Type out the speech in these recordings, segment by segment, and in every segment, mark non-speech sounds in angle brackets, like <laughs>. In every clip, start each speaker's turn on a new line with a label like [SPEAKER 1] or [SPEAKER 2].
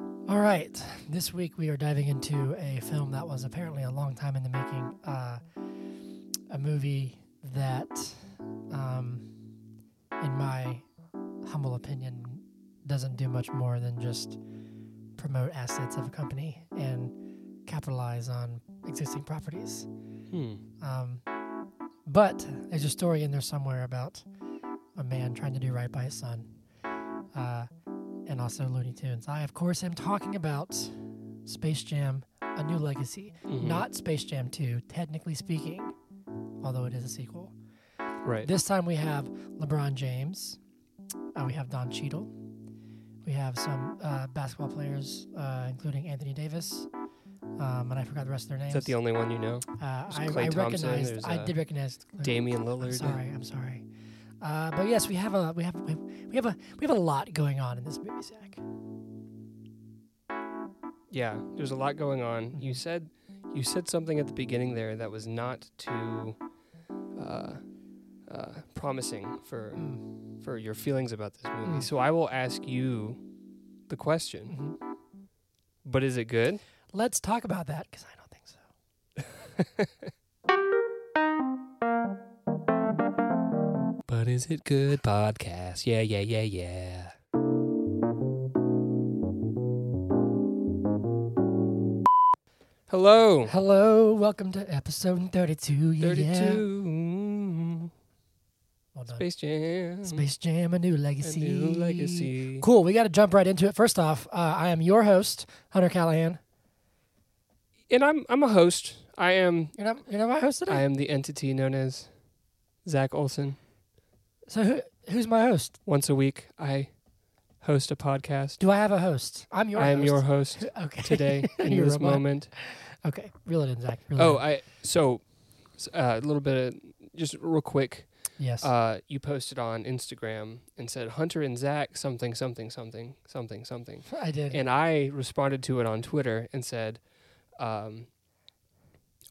[SPEAKER 1] right. This week we are diving into a film that was apparently a long time in the making. Uh, a movie that, um, in my humble opinion, doesn't do much more than just promote assets of a company and capitalize on existing properties.
[SPEAKER 2] Hmm.
[SPEAKER 1] Um, but there's a story in there somewhere about a man trying to do right by his son, uh, and also Looney Tunes. I, of course, am talking about Space Jam: A New Legacy,
[SPEAKER 2] Mhm.
[SPEAKER 1] not Space Jam 2, technically speaking, although it is a sequel.
[SPEAKER 2] right.
[SPEAKER 1] This time we have LeBron James, uh, we have Don Cheadle, we have some uh, basketball players, uh, including Anthony Davis, um, and I forgot the rest of their names.
[SPEAKER 2] Is that the only one you know?
[SPEAKER 1] Uh,
[SPEAKER 2] There's
[SPEAKER 1] I,
[SPEAKER 2] Klay
[SPEAKER 1] I
[SPEAKER 2] Thompson,
[SPEAKER 1] recognized.
[SPEAKER 2] there's,
[SPEAKER 1] I
[SPEAKER 2] uh,
[SPEAKER 1] did recognize.
[SPEAKER 2] Damian
[SPEAKER 1] I'm
[SPEAKER 2] Lillard.
[SPEAKER 1] sorry. I'm sorry. Uh, but yes, we have a we have we have- we have a we have a lot going on in this movie, Zach.
[SPEAKER 2] Yeah, there's a lot going on. You
[SPEAKER 1] Mhm.
[SPEAKER 2] said you said something at the beginning there that was not too uh, uh, promising for
[SPEAKER 1] Mm,
[SPEAKER 2] for your feelings about this movie.
[SPEAKER 1] Mm.
[SPEAKER 2] So I will ask you the question.
[SPEAKER 1] mhm.
[SPEAKER 2] But is it good?
[SPEAKER 1] Let's talk about that because I don't think so.
[SPEAKER 2] But is it good podcast? Yeah, yeah, yeah, yeah. Hello.
[SPEAKER 1] Hello, welcome to episode thirty-two. Yeah, Yeah.
[SPEAKER 2] 32
[SPEAKER 1] Well done.
[SPEAKER 2] Space Jam.
[SPEAKER 1] Uh, Space Jam: A New
[SPEAKER 2] A
[SPEAKER 1] Legacy.
[SPEAKER 2] new legacy.
[SPEAKER 1] Cool. We got to jump right into it. First off, uh, I am your host, Hunter Callahan.
[SPEAKER 2] And I'm I'm a host. I am
[SPEAKER 1] You're not you're not my host today.
[SPEAKER 2] I am the entity known as Zach Olson.
[SPEAKER 1] so who who's my host?
[SPEAKER 2] Once a week I host a podcast.
[SPEAKER 1] Do I have a host? I'm your.
[SPEAKER 2] I am
[SPEAKER 1] host.
[SPEAKER 2] your host
[SPEAKER 1] <laughs> Okay.
[SPEAKER 2] today in
[SPEAKER 1] You're a Uh.
[SPEAKER 2] this
[SPEAKER 1] robot.
[SPEAKER 2] moment.
[SPEAKER 1] Okay. Reel it in, Zach. Reel it
[SPEAKER 2] Oh,
[SPEAKER 1] in.
[SPEAKER 2] I so s- uh, a little bit of just real quick.
[SPEAKER 1] yes.
[SPEAKER 2] Uh, you posted on Instagram and said Hunter and Zach something something something something something,
[SPEAKER 1] I did.
[SPEAKER 2] and I responded to it on Twitter and said, um,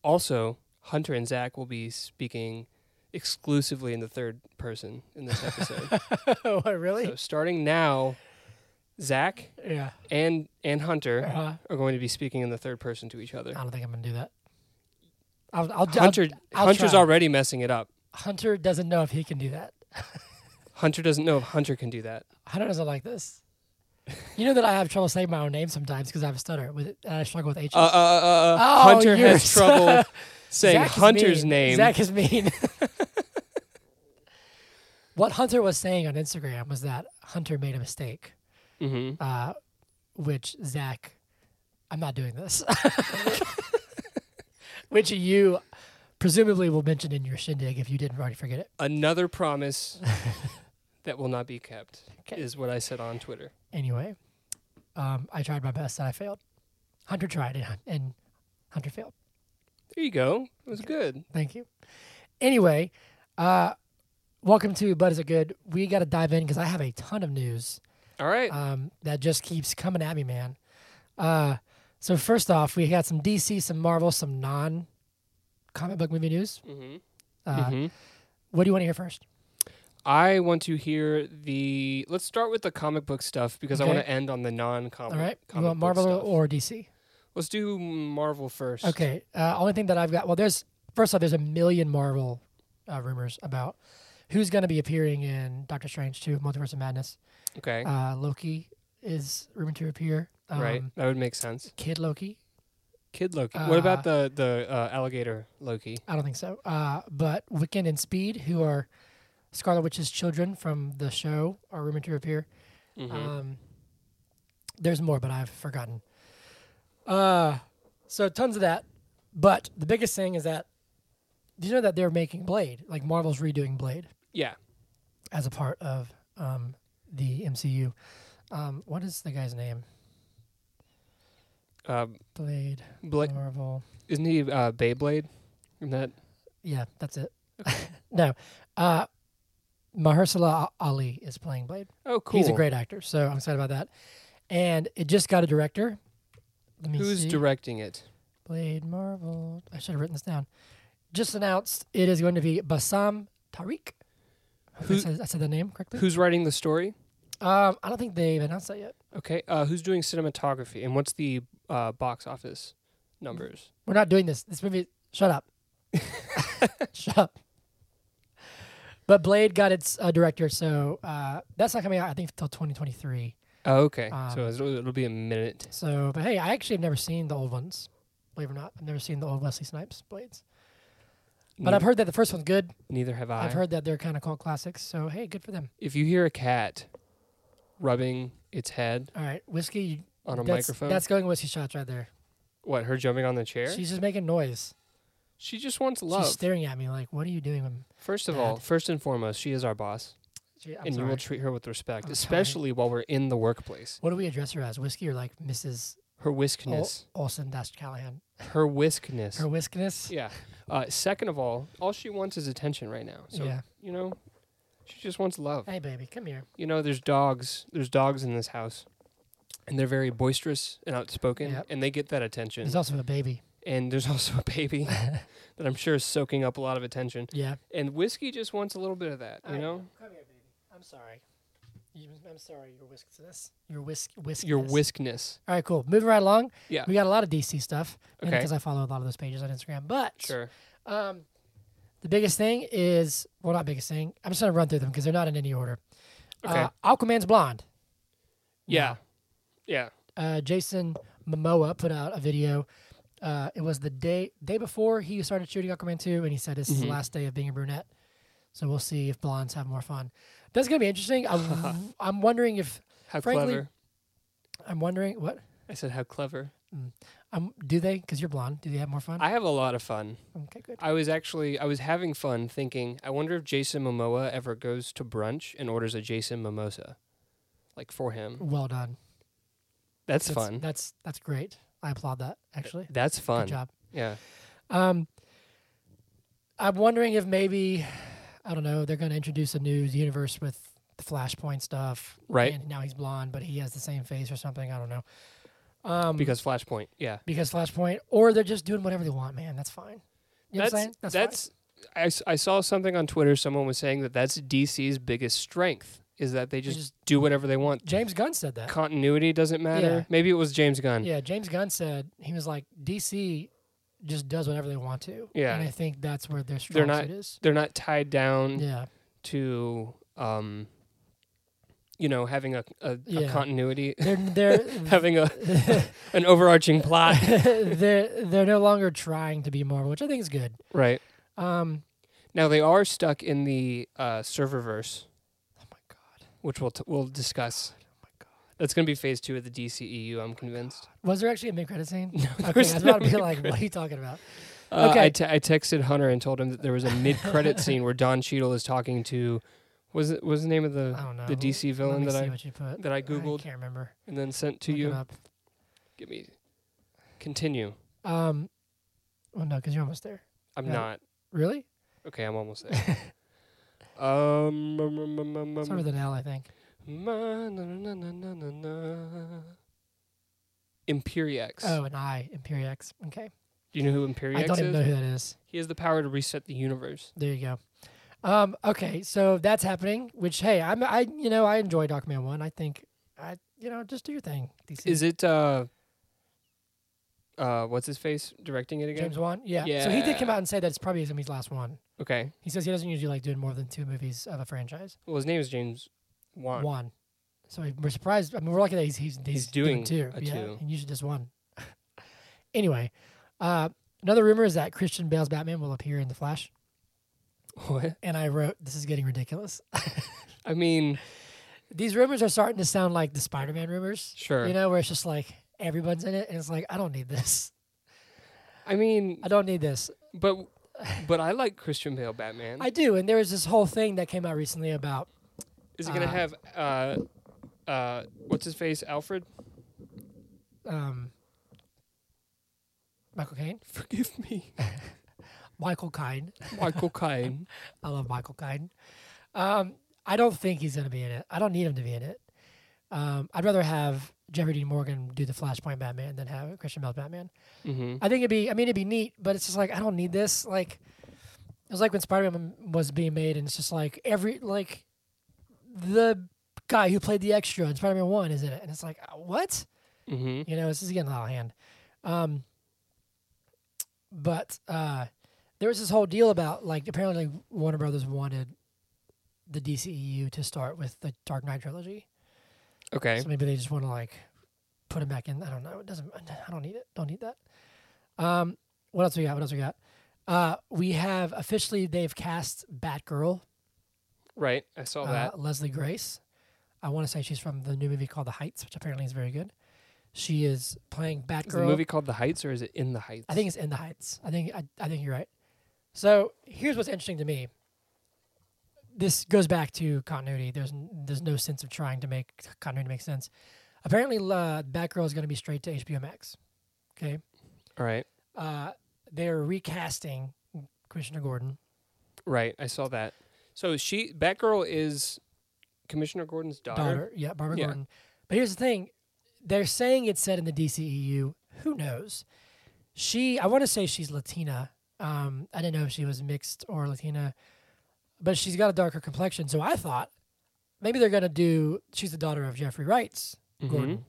[SPEAKER 2] also Hunter and Zach will be speaking exclusively in the third person in this
[SPEAKER 1] <laughs>
[SPEAKER 2] episode.
[SPEAKER 1] <laughs> oh, really?
[SPEAKER 2] so starting now, Zach
[SPEAKER 1] yeah.
[SPEAKER 2] and and Hunter
[SPEAKER 1] Uh,
[SPEAKER 2] are going to be speaking in the third person to each other.
[SPEAKER 1] I don't think I'm gonna do that. I'll, I'll, I'll-
[SPEAKER 2] Hunter
[SPEAKER 1] I'll
[SPEAKER 2] Hunter's
[SPEAKER 1] try.
[SPEAKER 2] already messing it up.
[SPEAKER 1] Hunter doesn't know if he can do that.
[SPEAKER 2] Hunter doesn't know if Hunter can do that.
[SPEAKER 1] Hunter doesn't like this. You know that I have trouble saying my own name sometimes because I have a stutter with it, and I struggle with H's.
[SPEAKER 2] Uh, uh, uh, uh,
[SPEAKER 1] Oh,
[SPEAKER 2] Hunter
[SPEAKER 1] you're
[SPEAKER 2] has
[SPEAKER 1] <laughs>
[SPEAKER 2] trouble saying
[SPEAKER 1] Zach is
[SPEAKER 2] Hunter's
[SPEAKER 1] mean.
[SPEAKER 2] name.
[SPEAKER 1] Zach is mean. <laughs> what Hunter was saying on Instagram was that Hunter made a mistake,
[SPEAKER 2] hmm
[SPEAKER 1] uh, which Zach, I'm not doing this. <laughs> which you presumably will mention in your shindig if you didn't already forget it. <laughs>
[SPEAKER 2] Another promise that will not be kept
[SPEAKER 1] Okay.
[SPEAKER 2] is what I said on Twitter.
[SPEAKER 1] anyway, um, I tried my best and I failed. Hunter tried and, and Hunter failed.
[SPEAKER 2] There you go. It was good.
[SPEAKER 1] Thank you. Anyway, uh, welcome to But Is It Good? We got to dive in because I have a ton of news
[SPEAKER 2] All right.
[SPEAKER 1] um, that just keeps coming at me, man. Uh, so, first off, we got some DC, some Marvel, some non comic book movie news.
[SPEAKER 2] Mhm.
[SPEAKER 1] Uh,
[SPEAKER 2] Mhm.
[SPEAKER 1] What do you want to hear first?
[SPEAKER 2] I want to hear the. Let's start with the comic book stuff because I
[SPEAKER 1] Okay.
[SPEAKER 2] want to end on the non-comic.
[SPEAKER 1] All right. You
[SPEAKER 2] comic
[SPEAKER 1] want
[SPEAKER 2] book
[SPEAKER 1] Marvel
[SPEAKER 2] stuff.
[SPEAKER 1] or DC?
[SPEAKER 2] Let's do Marvel first.
[SPEAKER 1] Okay. Uh, only thing that I've got. Well, there's first off, there's a million Marvel uh, rumors about who's going to be appearing in Doctor Strange 2, Multiverse of Madness.
[SPEAKER 2] Okay.
[SPEAKER 1] Uh, Loki is rumored to appear. Um,
[SPEAKER 2] right. That would make sense.
[SPEAKER 1] Kid Loki.
[SPEAKER 2] Kid Loki. what
[SPEAKER 1] uh,
[SPEAKER 2] about the the uh, alligator Loki?
[SPEAKER 1] I don't think so. Uh, but Wiccan and Speed, who are Scarlet Witch's children from the show, are rumored to appear.
[SPEAKER 2] Mhm.
[SPEAKER 1] Um, there's more, but I've forgotten. Uh, so tons of that. But the biggest thing is that, do you know that they're making Blade? Like Marvel's redoing Blade
[SPEAKER 2] yeah.
[SPEAKER 1] as a part of um, the MCU. Um, what is the guy's name?
[SPEAKER 2] Uh,
[SPEAKER 1] Blade,
[SPEAKER 2] Bla-
[SPEAKER 1] Marvel.
[SPEAKER 2] Isn't he uh, Beyblade? Isn't that
[SPEAKER 1] Yeah, that's it. <laughs> no, uh, Mahershala Ali is playing Blade.
[SPEAKER 2] oh cool.
[SPEAKER 1] He's a great actor, so I'm excited about that. And it just got a director. Let me
[SPEAKER 2] Who's
[SPEAKER 1] see.
[SPEAKER 2] directing it?
[SPEAKER 1] Blade Marvel. I should have written this down. Just announced it is going to be Bassam Tariq. I hope I
[SPEAKER 2] Who-
[SPEAKER 1] said, I said the name correctly.
[SPEAKER 2] Who's writing the story?
[SPEAKER 1] Um, I don't think they've announced that yet.
[SPEAKER 2] Okay, uh, who's doing cinematography and what's the uh, box office numbers?
[SPEAKER 1] We're not doing this. This movie. Shut
[SPEAKER 2] <laughs>
[SPEAKER 1] up. shut up. But Blade got its uh, director, so uh, that's not coming out. I think until 2023.
[SPEAKER 2] Oh, okay,
[SPEAKER 1] Um,
[SPEAKER 2] so it'll, it'll be a minute.
[SPEAKER 1] So, but hey, I actually have never seen the old ones. Believe it or not, I've never seen the old Wesley Snipes Blades. But I've
[SPEAKER 2] Ne-
[SPEAKER 1] heard that the first one's good.
[SPEAKER 2] neither have I.
[SPEAKER 1] I've heard that they're kind of cult classics. So hey, good for them.
[SPEAKER 2] If you hear a cat rubbing its head
[SPEAKER 1] All right, whiskey. You,
[SPEAKER 2] on a
[SPEAKER 1] that's,
[SPEAKER 2] microphone,
[SPEAKER 1] That's going whiskey shots right there.
[SPEAKER 2] what her jumping on the chair?
[SPEAKER 1] She's just making noise.
[SPEAKER 2] she just wants love.
[SPEAKER 1] She's staring at me like, "What are you doing?" I'm,
[SPEAKER 2] first of all,
[SPEAKER 1] Dad.
[SPEAKER 2] first and foremost, she is our boss,
[SPEAKER 1] she, I'm
[SPEAKER 2] and
[SPEAKER 1] sorry.
[SPEAKER 2] you will treat her with respect,
[SPEAKER 1] I'm sorry.
[SPEAKER 2] especially while we're in the workplace.
[SPEAKER 1] what do we address her as? Whiskey or like Mrs.
[SPEAKER 2] Her whiskness,
[SPEAKER 1] Olson Dash Callahan?
[SPEAKER 2] her whiskness.
[SPEAKER 1] Oh. Her whiskiness.
[SPEAKER 2] yeah. Uh, second of all, all she wants is attention right now. So
[SPEAKER 1] yeah.
[SPEAKER 2] you know, she just wants love.
[SPEAKER 1] Hey, baby, come here.
[SPEAKER 2] you know, there's dogs. There's dogs in this house, and they're very boisterous and outspoken,
[SPEAKER 1] Yep.
[SPEAKER 2] and they get that attention.
[SPEAKER 1] There's also a baby.
[SPEAKER 2] and there's also a
[SPEAKER 1] <laughs>
[SPEAKER 2] baby that I'm sure is soaking up a lot of attention.
[SPEAKER 1] Yeah.
[SPEAKER 2] And whiskey just wants a little bit of that, you know.
[SPEAKER 1] Come here, baby. I'm sorry. You, I'm sorry. Your whiskiness. Your whisk. Whiskiness.
[SPEAKER 2] Your whiskness.
[SPEAKER 1] All right, cool. Moving right along.
[SPEAKER 2] Yeah.
[SPEAKER 1] We got a lot of DC stuff
[SPEAKER 2] Okay.
[SPEAKER 1] because I follow a lot of those pages on Instagram. But
[SPEAKER 2] Sure.
[SPEAKER 1] um, the biggest thing is well, not biggest thing. I'm just gonna run through them because they're not in any order.
[SPEAKER 2] Okay.
[SPEAKER 1] Uh, Aquaman's blonde.
[SPEAKER 2] yeah. Yeah.
[SPEAKER 1] uh, Jason Momoa put out a video. Uh, it was the day day before he started shooting Aquaman 2, and he said this is the
[SPEAKER 2] Mhm.
[SPEAKER 1] last day of being a brunette. So we'll see if blondes have more fun. That's gonna be interesting. I'm,
[SPEAKER 2] <laughs>
[SPEAKER 1] I'm wondering if
[SPEAKER 2] How
[SPEAKER 1] Frankly-
[SPEAKER 2] clever.
[SPEAKER 1] I'm wondering what
[SPEAKER 2] I said how clever.
[SPEAKER 1] um, do they? Because you're blonde, do they have more fun?
[SPEAKER 2] I have a lot of fun.
[SPEAKER 1] okay, good.
[SPEAKER 2] I was actually I was having fun thinking, I wonder if Jason Momoa ever goes to brunch and orders a Jason mimosa. Like for him.
[SPEAKER 1] Well done.
[SPEAKER 2] That's, fun.
[SPEAKER 1] That's that's great. I applaud that. Actually,
[SPEAKER 2] That's fun.
[SPEAKER 1] good job.
[SPEAKER 2] Yeah.
[SPEAKER 1] Um, I'm wondering if maybe I don't know they're going to introduce a new universe with the Flashpoint stuff.
[SPEAKER 2] Right.
[SPEAKER 1] And now he's blonde, but he has the same face or something. I don't know. Um, because
[SPEAKER 2] Because Flashpoint. Yeah.
[SPEAKER 1] Flashpoint, or they're just doing whatever they want, man. That's fine. You know what I'm saying?
[SPEAKER 2] that's,
[SPEAKER 1] fine.
[SPEAKER 2] that's I s- I, saw something on Twitter. Someone was saying that that's DC's biggest strength is that they just,
[SPEAKER 1] just-
[SPEAKER 2] do whatever they want.
[SPEAKER 1] James Gunn said that.
[SPEAKER 2] Continuity doesn't matter.
[SPEAKER 1] Yeah.
[SPEAKER 2] Maybe it was James Gunn.
[SPEAKER 1] Yeah, James Gunn said he was like DC just does whatever they want to.
[SPEAKER 2] Yeah.
[SPEAKER 1] and I think that's where their
[SPEAKER 2] They're
[SPEAKER 1] strong
[SPEAKER 2] not- Mm.
[SPEAKER 1] suit is.
[SPEAKER 2] They're not tied down
[SPEAKER 1] Yeah,
[SPEAKER 2] to, um, you know, having a a, a
[SPEAKER 1] Yeah. <laughs>
[SPEAKER 2] continuity, <laughs>
[SPEAKER 1] they're they're
[SPEAKER 2] having a <laughs> an overarching plot.
[SPEAKER 1] <laughs> they're they're no longer trying to be Marvel, which I think is good.
[SPEAKER 2] right
[SPEAKER 1] Um,
[SPEAKER 2] now, they are stuck in the uh, serververse,
[SPEAKER 1] oh my god,
[SPEAKER 2] which we'll t- we'll discuss.
[SPEAKER 1] oh my god.
[SPEAKER 2] That's going to be phase two of the DCEU, I'm convinced.
[SPEAKER 1] Was there actually a mid credit scene? No, okay, I
[SPEAKER 2] there's
[SPEAKER 1] was
[SPEAKER 2] <laughs> no
[SPEAKER 1] about to be like, what are you talking about?
[SPEAKER 2] Uh,
[SPEAKER 1] Okay.
[SPEAKER 2] I, te- I texted Hunter and told him that there was a
[SPEAKER 1] <laughs>
[SPEAKER 2] mid-credit scene where Don Cheadle is talking to, was it was the name of
[SPEAKER 1] I
[SPEAKER 2] the
[SPEAKER 1] don't know.
[SPEAKER 2] the DC
[SPEAKER 1] Let
[SPEAKER 2] villain
[SPEAKER 1] me
[SPEAKER 2] that
[SPEAKER 1] see
[SPEAKER 2] I
[SPEAKER 1] what you put.
[SPEAKER 2] that I
[SPEAKER 1] Um, I
[SPEAKER 2] googled
[SPEAKER 1] can't remember.
[SPEAKER 2] and then sent to
[SPEAKER 1] Look it
[SPEAKER 2] you.
[SPEAKER 1] up.
[SPEAKER 2] Give me, continue.
[SPEAKER 1] Um, well, no, because you're almost there.
[SPEAKER 2] I'm
[SPEAKER 1] Got it.
[SPEAKER 2] not
[SPEAKER 1] Really?
[SPEAKER 2] okay.
[SPEAKER 1] <laughs>
[SPEAKER 2] I'm almost there. um, um, um, um, um,
[SPEAKER 1] It's over
[SPEAKER 2] um,
[SPEAKER 1] the L, I think.
[SPEAKER 2] ma- na- na- na- na- na- na- Imperiex.
[SPEAKER 1] Oh, an I, Imperiex. Okay.
[SPEAKER 2] Do you know who Imperiex
[SPEAKER 1] I don't even
[SPEAKER 2] is?
[SPEAKER 1] know who that is.
[SPEAKER 2] He has the power to reset the universe.
[SPEAKER 1] There you go. Um, okay, so that's happening. Which hey, I'm I you know I enjoy Document One. I think I you know just do your thing. DC.
[SPEAKER 2] Is it uh, uh, what's his face directing it again?
[SPEAKER 1] James Wan? Yeah. So he did come
[SPEAKER 2] Yeah.
[SPEAKER 1] out and say that it's probably gonna be his last one.
[SPEAKER 2] Okay.
[SPEAKER 1] He says he doesn't usually like doing more than two movies of a franchise.
[SPEAKER 2] Well, his name is James Wan.
[SPEAKER 1] One. So we- we're surprised. I mean, we're lucky that he's he's, he's, doing,
[SPEAKER 2] doing
[SPEAKER 1] two.
[SPEAKER 2] a
[SPEAKER 1] yeah,
[SPEAKER 2] two.
[SPEAKER 1] and usually just one. <laughs> anyway, uh, another rumor is that Christian Bale's Batman will appear in the Flash.
[SPEAKER 2] <laughs> What?
[SPEAKER 1] And I wrote, "This is getting ridiculous." <laughs>
[SPEAKER 2] I mean,
[SPEAKER 1] These rumors are starting to sound like the Spider-Man rumors.
[SPEAKER 2] sure.
[SPEAKER 1] You know, where it's just like everyone's in it, and it's like I don't need this.
[SPEAKER 2] I mean,
[SPEAKER 1] I don't need this.
[SPEAKER 2] but but I like Christian Bale Batman.
[SPEAKER 1] I do. And there was this whole thing that came out recently about
[SPEAKER 2] is he gonna
[SPEAKER 1] uh,
[SPEAKER 2] have uh uh what's his face Alfred? <laughs>
[SPEAKER 1] um, Michael Caine,
[SPEAKER 2] Forgive
[SPEAKER 1] <laughs>
[SPEAKER 2] me,
[SPEAKER 1] Michael Caine.
[SPEAKER 2] Michael Caine.
[SPEAKER 1] I love Michael Caine. Um, I don't think he's going to be in it. I don't need him to be in it. Um, I'd rather have Jeffrey Dean Morgan do the Flashpoint Batman than have Christian Bale Batman.
[SPEAKER 2] Mm-hmm.
[SPEAKER 1] I think it'd be. I mean, it'd be neat, but it's just like I don't need this. Like it was like when Spider Man was being made, and it's just like every like the guy who played the extra in Spider-Man One is in it, and it's like uh, what?
[SPEAKER 2] hmm
[SPEAKER 1] You know, this is getting out of hand. Um, but uh, there was this whole deal about like apparently Warner Brothers wanted the DCEU to start with the Dark Knight trilogy.
[SPEAKER 2] Okay.
[SPEAKER 1] So maybe they just want to like put him back in. I don't know. It doesn't. I don't need it. Don't need that. Um, what else we got? What else we got? Uh, we have officially they've cast Batgirl,
[SPEAKER 2] Right. I saw
[SPEAKER 1] uh,
[SPEAKER 2] that.
[SPEAKER 1] Leslie Grace. I want to say she's from the new movie called The Heights, which apparently is very good. She is playing Batgirl.
[SPEAKER 2] Is the movie called The Heights or is it In the Heights?
[SPEAKER 1] I think it's in the Heights. I think I, I think you're right. So here's what's interesting to me. This goes back to continuity. There's n- there's no sense of trying to make continuity make sense. Apparently, uh, Batgirl is going to be straight to HBO Max. Okay,
[SPEAKER 2] All right.
[SPEAKER 1] uh, they're recasting Commissioner Gordon.
[SPEAKER 2] Right. I saw that. So she Batgirl is Commissioner Gordon's daughter.
[SPEAKER 1] daughter. Yeah, Barbara
[SPEAKER 2] Yeah.
[SPEAKER 1] Gordon. But here's the thing. They're saying it's set in the DCEU. Who knows? She, I want to say she's Latina. Um, I didn't know if she was mixed or Latina, but she's got a darker complexion. So I thought maybe they're going to do, she's the daughter of Jeffrey Wright's
[SPEAKER 2] Mhm.
[SPEAKER 1] Gordon,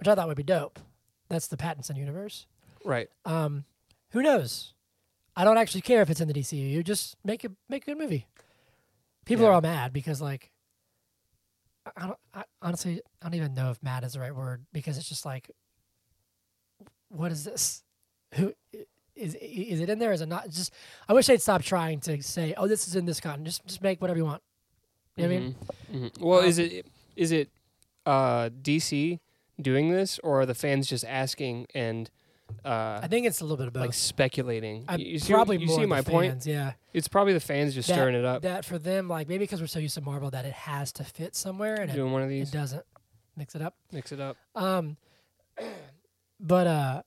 [SPEAKER 1] which I thought would be dope. That's the Pattinson universe.
[SPEAKER 2] Right.
[SPEAKER 1] Um, who knows? I don't actually care if it's in the DCU. Just make a make a good movie. People
[SPEAKER 2] Yeah.
[SPEAKER 1] are all mad because like, I- I don't I, honestly I don't even know if "mad" is the right word because it's just like, what is this? <laughs> Who is is it in there? Is it not? It's just I wish they'd stop trying to say, oh, this is in this cotton. Just just make whatever you want. You know what I mean?
[SPEAKER 2] Mhm. Mhm. Well,
[SPEAKER 1] Um,
[SPEAKER 2] is it is it uh, DC doing this or are the fans just asking and uh,
[SPEAKER 1] I think it's a little bit of both.
[SPEAKER 2] like speculating?
[SPEAKER 1] I'm
[SPEAKER 2] you see,
[SPEAKER 1] probably
[SPEAKER 2] you
[SPEAKER 1] more
[SPEAKER 2] see
[SPEAKER 1] the
[SPEAKER 2] my point.
[SPEAKER 1] fans, yeah.
[SPEAKER 2] It's probably the fans just
[SPEAKER 1] That-
[SPEAKER 2] stirring it up,
[SPEAKER 1] That for them, like maybe because we're so used to Marvel that it has to fit somewhere and it
[SPEAKER 2] doing one of
[SPEAKER 1] it
[SPEAKER 2] these,
[SPEAKER 1] doesn't mix it up
[SPEAKER 2] mix it up.
[SPEAKER 1] um <clears throat> but uh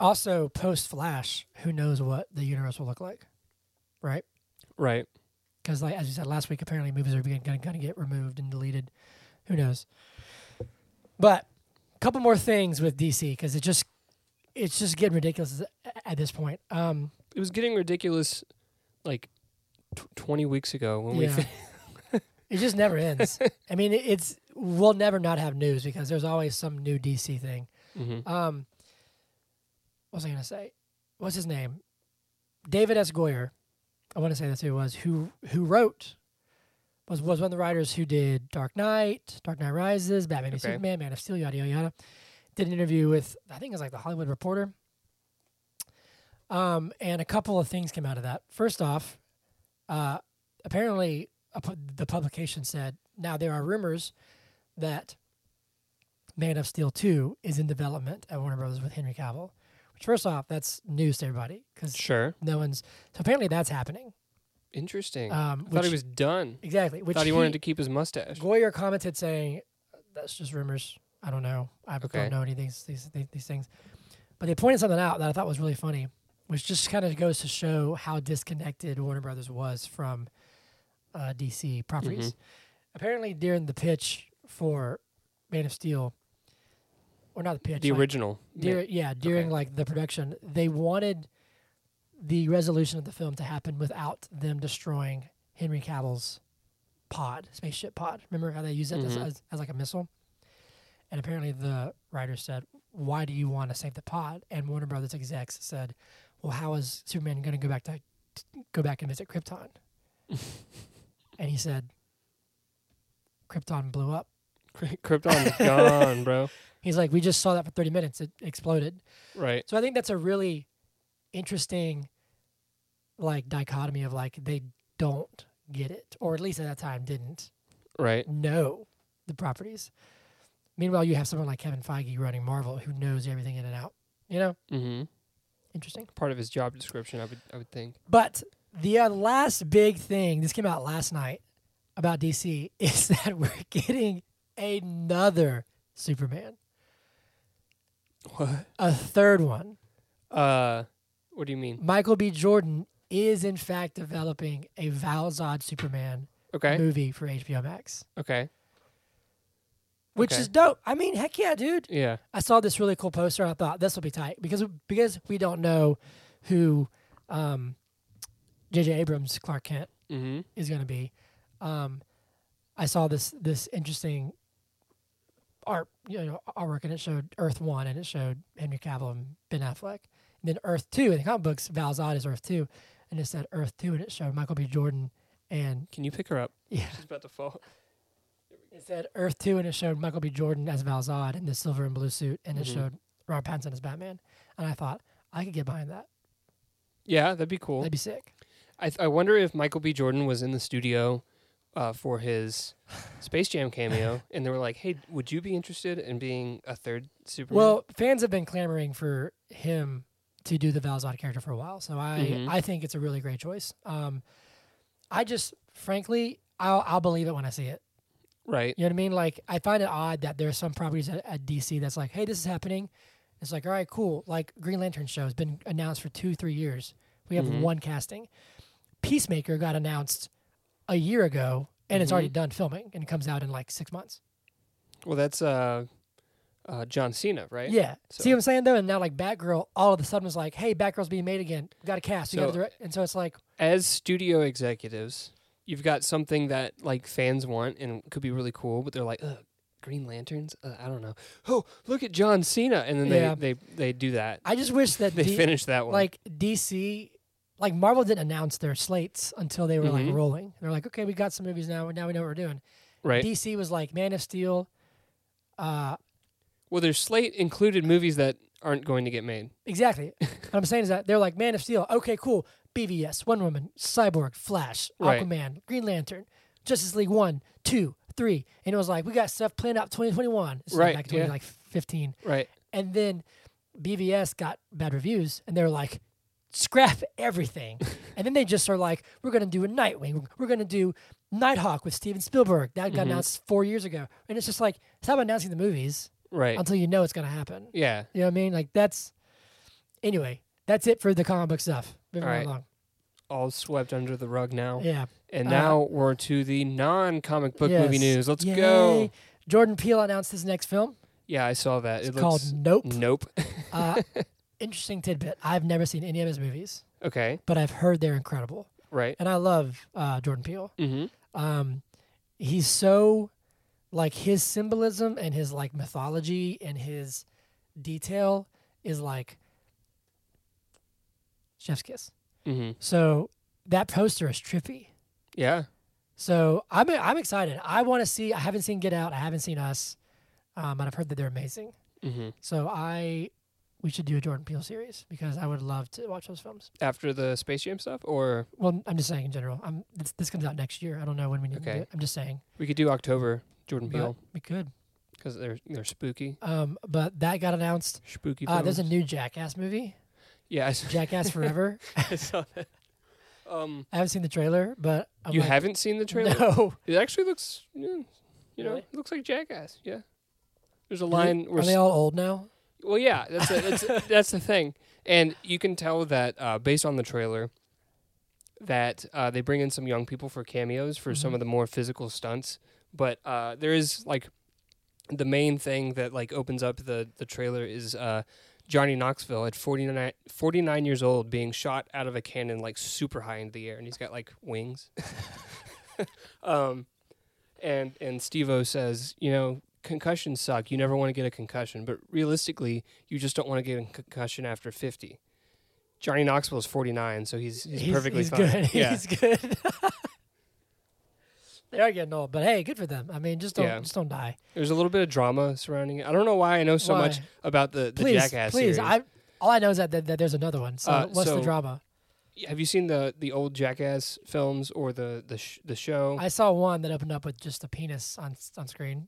[SPEAKER 1] also post flash who knows what the universe will look like right
[SPEAKER 2] Right.
[SPEAKER 1] because like as you said last week apparently movies are going to get removed and deleted who knows but a couple more things with dc because it just it's just getting ridiculous a- at this point um
[SPEAKER 2] It was getting ridiculous, like tw twenty weeks ago when we.
[SPEAKER 1] Yeah.
[SPEAKER 2] <laughs>
[SPEAKER 1] it just never ends i mean it- it's we'll never not have news because there's always some new dc thing
[SPEAKER 2] hmm
[SPEAKER 1] Um, what was I gonna say? What's his name? David S. Goyer. I want to say that's who it was. Who who wrote was was one of the writers who did Dark Knight, Dark Knight Rises, Batman v
[SPEAKER 2] Okay.
[SPEAKER 1] Superman, Man of Steel, yada yada yada. Did an interview with I think it was like the Hollywood Reporter. Um, and a couple of things came out of that. First off, uh, apparently a pu- the publication said now there are rumors that Man of Steel 2 is in development at Warner Brothers with Henry Cavill. Which, first off, that's news to everybody because
[SPEAKER 2] Sure.
[SPEAKER 1] no one's. So apparently that's happening.
[SPEAKER 2] Interesting.
[SPEAKER 1] Um,
[SPEAKER 2] I thought
[SPEAKER 1] which-
[SPEAKER 2] he was done.
[SPEAKER 1] Exactly. Which
[SPEAKER 2] thought he, wanted to keep his mustache.
[SPEAKER 1] Goyer commented saying, "That's just rumors. I don't know. I
[SPEAKER 2] Okay.
[SPEAKER 1] don't know any of these these these, these things." But they pointed something out that I thought was really funny, which just kind of goes to show how disconnected Warner Brothers was from uh, DC properties.
[SPEAKER 2] Mm-hmm.
[SPEAKER 1] Apparently, during the pitch for Man of Steel, or not the pitch,
[SPEAKER 2] the
[SPEAKER 1] like,
[SPEAKER 2] original.
[SPEAKER 1] Dur- yeah, during
[SPEAKER 2] Okay.
[SPEAKER 1] like the production, they wanted the resolution of the film to happen without them destroying Henry Cavill's pod, spaceship pod. Remember how they used that as,
[SPEAKER 2] Mhm.
[SPEAKER 1] as, as like a missile? And apparently the writer said, "Why do you want to save the pod?" And Warner Brothers execs said, "Well, how is Superman going to go back to go back and visit Krypton?" and he said, "Krypton blew up."
[SPEAKER 2] Krypton is gone, bro.
[SPEAKER 1] He's like, "We just saw that for 30 minutes. It exploded."
[SPEAKER 2] Right.
[SPEAKER 1] So I think that's a really interesting like dichotomy of like they don't get it, or at least at that time didn't
[SPEAKER 2] Right.
[SPEAKER 1] know the properties. Meanwhile, you have someone like Kevin Feige running Marvel who knows everything in and out. You know,
[SPEAKER 2] Mm-hmm.
[SPEAKER 1] interesting.
[SPEAKER 2] Part of his job description, I would, I would think.
[SPEAKER 1] But the uh, last big thing this came out last night about DC <laughs> is that we're getting another Superman,
[SPEAKER 2] What?
[SPEAKER 1] a third one.
[SPEAKER 2] Uh, what do you mean?
[SPEAKER 1] Michael B. Jordan is in fact developing a Val Zod Superman
[SPEAKER 2] Okay.
[SPEAKER 1] movie for HBO Max,
[SPEAKER 2] Okay.
[SPEAKER 1] which
[SPEAKER 2] Okay.
[SPEAKER 1] is dope. I mean, heck yeah, dude!
[SPEAKER 2] Yeah.
[SPEAKER 1] I saw this really cool poster and I thought this will be tight because because we don't know who um, J.J. Abrams Clark Kent
[SPEAKER 2] Mm-hmm.
[SPEAKER 1] is going to be. Um, I saw this this interesting art you know artwork, and it showed Earth One, and it showed Henry Cavill and Ben Affleck. And then Earth Two in the comic books, Val Zod is Earth Two, and it said Earth Two, and it showed Michael B. Jordan and
[SPEAKER 2] Can you pick her up?
[SPEAKER 1] yeah,
[SPEAKER 2] She's about to fall.
[SPEAKER 1] it said Earth Two, and it showed Michael B. Jordan as Val Zod in the silver and blue suit, and
[SPEAKER 2] Mhm.
[SPEAKER 1] it showed Robert Pattinson as Batman. And I thought I could get behind that.
[SPEAKER 2] Yeah, that'd be cool.
[SPEAKER 1] That'd be sick.
[SPEAKER 2] I, th- I wonder if Michael B. Jordan was in the studio uh, for his Space
[SPEAKER 1] <laughs>
[SPEAKER 2] Jam cameo, and they were like, "Hey, would you be interested in being a third Superman?"
[SPEAKER 1] Well, fans have been clamoring for him to do the Val Zod character for a while, so I
[SPEAKER 2] Mhm.
[SPEAKER 1] I think it's a really great choice. Um, I just frankly I'll I'll believe it when I see it.
[SPEAKER 2] right?
[SPEAKER 1] You know what I mean? Like I find it odd that there's some properties at, at DC that's like, hey, this is happening. It's like, all right, cool. Like Green Lantern show has been announced for two three years. We have
[SPEAKER 2] Mhm.
[SPEAKER 1] one casting. Peacemaker got announced a year ago, and it's
[SPEAKER 2] Mhm.
[SPEAKER 1] already done filming, and it comes out in like six months.
[SPEAKER 2] Well, that's uh, uh, John Cena, right?
[SPEAKER 1] Yeah.
[SPEAKER 2] So-
[SPEAKER 1] See what I'm saying though? And now like Batgirl all of a sudden was like, Hey, Batgirl's being made again. Got a cast, you
[SPEAKER 2] So-
[SPEAKER 1] gotta direct and so it's like
[SPEAKER 2] As studio executives, you've got something that like fans want and could be really cool, but they're like, "Ugh, Green Lanterns? Uh, I don't know. Oh, look at John Cena, and then
[SPEAKER 1] Yeah.
[SPEAKER 2] they, they they do that.
[SPEAKER 1] I just wish that
[SPEAKER 2] <laughs> They
[SPEAKER 1] D-
[SPEAKER 2] finish that one.
[SPEAKER 1] like DC like Marvel didn't announce their slates until they were
[SPEAKER 2] Mhm.
[SPEAKER 1] like rolling. They're like, Okay, we got some movies now, now we know what we're doing.
[SPEAKER 2] right?
[SPEAKER 1] DC was like Man of Steel, uh
[SPEAKER 2] well, their slate included movies that aren't going to get made.
[SPEAKER 1] exactly.
[SPEAKER 2] <laughs>
[SPEAKER 1] what I'm saying is that they're like Man of Steel, okay, cool. BVS, One Woman, Cyborg, Flash,
[SPEAKER 2] Right.
[SPEAKER 1] Aquaman, Green Lantern, Justice League one, two, three, and it was like we got stuff planned out 2021. This is
[SPEAKER 2] Right,
[SPEAKER 1] back in
[SPEAKER 2] yeah.
[SPEAKER 1] 20, like 15.
[SPEAKER 2] Right.
[SPEAKER 1] And then BVS got bad reviews, and they're like, scrap
[SPEAKER 2] <laughs>
[SPEAKER 1] everything. and then they just are like, we're going to do a Nightwing. We're going to do Nighthawk with Steven Spielberg. That got
[SPEAKER 2] Mhm.
[SPEAKER 1] announced four years ago. And it's just like, stop announcing the movies
[SPEAKER 2] Right.
[SPEAKER 1] until you know it's going to happen.
[SPEAKER 2] yeah.
[SPEAKER 1] You know what I mean? Like, that's. Anyway, that's it for the comic book stuff. Moving
[SPEAKER 2] All
[SPEAKER 1] right
[SPEAKER 2] right.
[SPEAKER 1] along.
[SPEAKER 2] all swept under the rug now.
[SPEAKER 1] Yeah.
[SPEAKER 2] And
[SPEAKER 1] Uh,
[SPEAKER 2] now we're to the non comic book movie
[SPEAKER 1] Yes.
[SPEAKER 2] news. Let's
[SPEAKER 1] Yay.
[SPEAKER 2] go.
[SPEAKER 1] Jordan Peele announced his next film.
[SPEAKER 2] Yeah, I saw that.
[SPEAKER 1] It's
[SPEAKER 2] it
[SPEAKER 1] called
[SPEAKER 2] looks
[SPEAKER 1] Nope.
[SPEAKER 2] Nope. <laughs>
[SPEAKER 1] Uh, interesting tidbit. I've never seen any of his movies,
[SPEAKER 2] okay.
[SPEAKER 1] but I've heard they're incredible.
[SPEAKER 2] Right.
[SPEAKER 1] And I love uh, Jordan Peele.
[SPEAKER 2] Mm-hmm.
[SPEAKER 1] um he's so like his symbolism and his like mythology and his detail is like chef's kiss
[SPEAKER 2] Mm-hmm.
[SPEAKER 1] so that poster is trippy
[SPEAKER 2] Yeah.
[SPEAKER 1] so i'm i'm excited i want to see i haven't seen get out i haven't seen us um and i've heard that they're amazing
[SPEAKER 2] Mm-hmm.
[SPEAKER 1] so i we should do a jordan peele series because i would love to watch those films
[SPEAKER 2] After the Space Jam stuff, or
[SPEAKER 1] well i'm just saying in general i'm this, this comes out next year i don't know when we need to
[SPEAKER 2] Okay.
[SPEAKER 1] do it i'm just saying
[SPEAKER 2] we could do October Jordan
[SPEAKER 1] but
[SPEAKER 2] Peele
[SPEAKER 1] we could
[SPEAKER 2] because they're they're spooky,
[SPEAKER 1] um but that got announced
[SPEAKER 2] spooky.
[SPEAKER 1] Uh, there's a
[SPEAKER 2] films.
[SPEAKER 1] new Jackass movie,
[SPEAKER 2] yeah. I s-
[SPEAKER 1] Jackass
[SPEAKER 2] <laughs>
[SPEAKER 1] Forever.
[SPEAKER 2] I saw that. Um,
[SPEAKER 1] I haven't seen the trailer, but I'm
[SPEAKER 2] you
[SPEAKER 1] like,
[SPEAKER 2] haven't seen the trailer?
[SPEAKER 1] No,
[SPEAKER 2] It actually looks, yeah, you know,
[SPEAKER 1] Really?
[SPEAKER 2] looks like Jackass. Yeah. There's a
[SPEAKER 1] Are they-
[SPEAKER 2] line
[SPEAKER 1] Are
[SPEAKER 2] where
[SPEAKER 1] they all old now?
[SPEAKER 2] Well, yeah, that's a, that's that's the thing, and you can tell that uh, based on the trailer that uh, they bring in some young people for cameos for some
[SPEAKER 1] Mhm.
[SPEAKER 2] of the more physical stunts, but uh, there is like the main thing that like opens up the the trailer is uh, Johnny Knoxville at 49, 49 years old being shot out of a cannon like super high into the air, and he's got like wings. um, and and Steve-O says, you know, concussions suck. You never want to get a concussion, but realistically, you just don't want to get a concussion after fifty. Johnny Knoxville is forty nine, so he's he's, perfectly
[SPEAKER 1] he's
[SPEAKER 2] fine.
[SPEAKER 1] Good. <laughs>
[SPEAKER 2] Yeah,
[SPEAKER 1] he's good. they are getting old, but hey, good for them. I mean, just don't
[SPEAKER 2] Yeah.
[SPEAKER 1] just don't die.
[SPEAKER 2] there's a little bit of drama surrounding it. I don't know why I know so much
[SPEAKER 1] Why?
[SPEAKER 2] about the, the
[SPEAKER 1] please,
[SPEAKER 2] Jackass
[SPEAKER 1] please.
[SPEAKER 2] series.
[SPEAKER 1] I all I know is that, that, that there's another one. So
[SPEAKER 2] Uh,
[SPEAKER 1] what's
[SPEAKER 2] so-
[SPEAKER 1] the drama?
[SPEAKER 2] Have you seen the the old Jackass films or the the sh- the show?
[SPEAKER 1] I saw one that opened up with just a penis on on screen.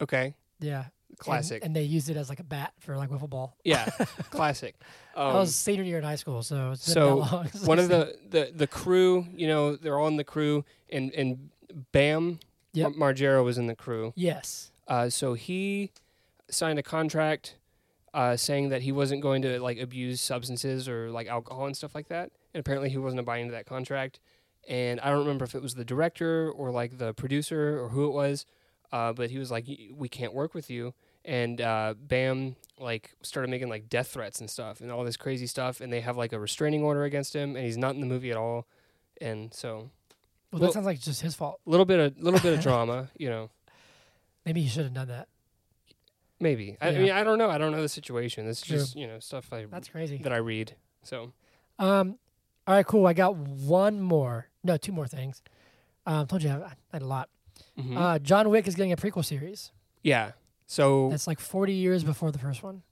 [SPEAKER 2] okay,
[SPEAKER 1] Yeah,
[SPEAKER 2] classic.
[SPEAKER 1] And, and they used it as like a bat for like wiffle ball. <laughs>
[SPEAKER 2] yeah, classic. Um,
[SPEAKER 1] I was senior year in high school, so it's been
[SPEAKER 2] so
[SPEAKER 1] that long <laughs> since
[SPEAKER 2] <laughs> one
[SPEAKER 1] I've
[SPEAKER 2] of
[SPEAKER 1] seen-
[SPEAKER 2] the, the the crew, you know, they're all in the crew, and and Bam
[SPEAKER 1] Yep.
[SPEAKER 2] Mar- Margera was in the crew.
[SPEAKER 1] yes.
[SPEAKER 2] Uh, so he signed a contract uh, saying that he wasn't going to like abuse substances or like alcohol and stuff like that. And apparently he wasn't abiding to that contract. And I don't remember if it was the director or like the producer or who it was, uh, but he was like, "Y- "We can't work with you." And uh, Bam like started making like death threats and stuff and all this crazy stuff. And they have like a restraining order against him, and he's not in the movie at all. And so
[SPEAKER 1] Well,
[SPEAKER 2] Well-
[SPEAKER 1] that sounds like just his fault.
[SPEAKER 2] little bit of little bit of drama, you know.
[SPEAKER 1] Maybe he should have done that.
[SPEAKER 2] Maybe. I, I
[SPEAKER 1] Yeah.
[SPEAKER 2] mean, I don't know. I don't know the situation. It's
[SPEAKER 1] True.
[SPEAKER 2] just you know stuff I
[SPEAKER 1] That's crazy.
[SPEAKER 2] that I read. So
[SPEAKER 1] Um, all right, cool. I got one more. No, two more things. Um, told you I I had a lot.
[SPEAKER 2] mhm.
[SPEAKER 1] Uh, John Wick is getting a prequel series.
[SPEAKER 2] yeah. So
[SPEAKER 1] That's like 40 years before the first one.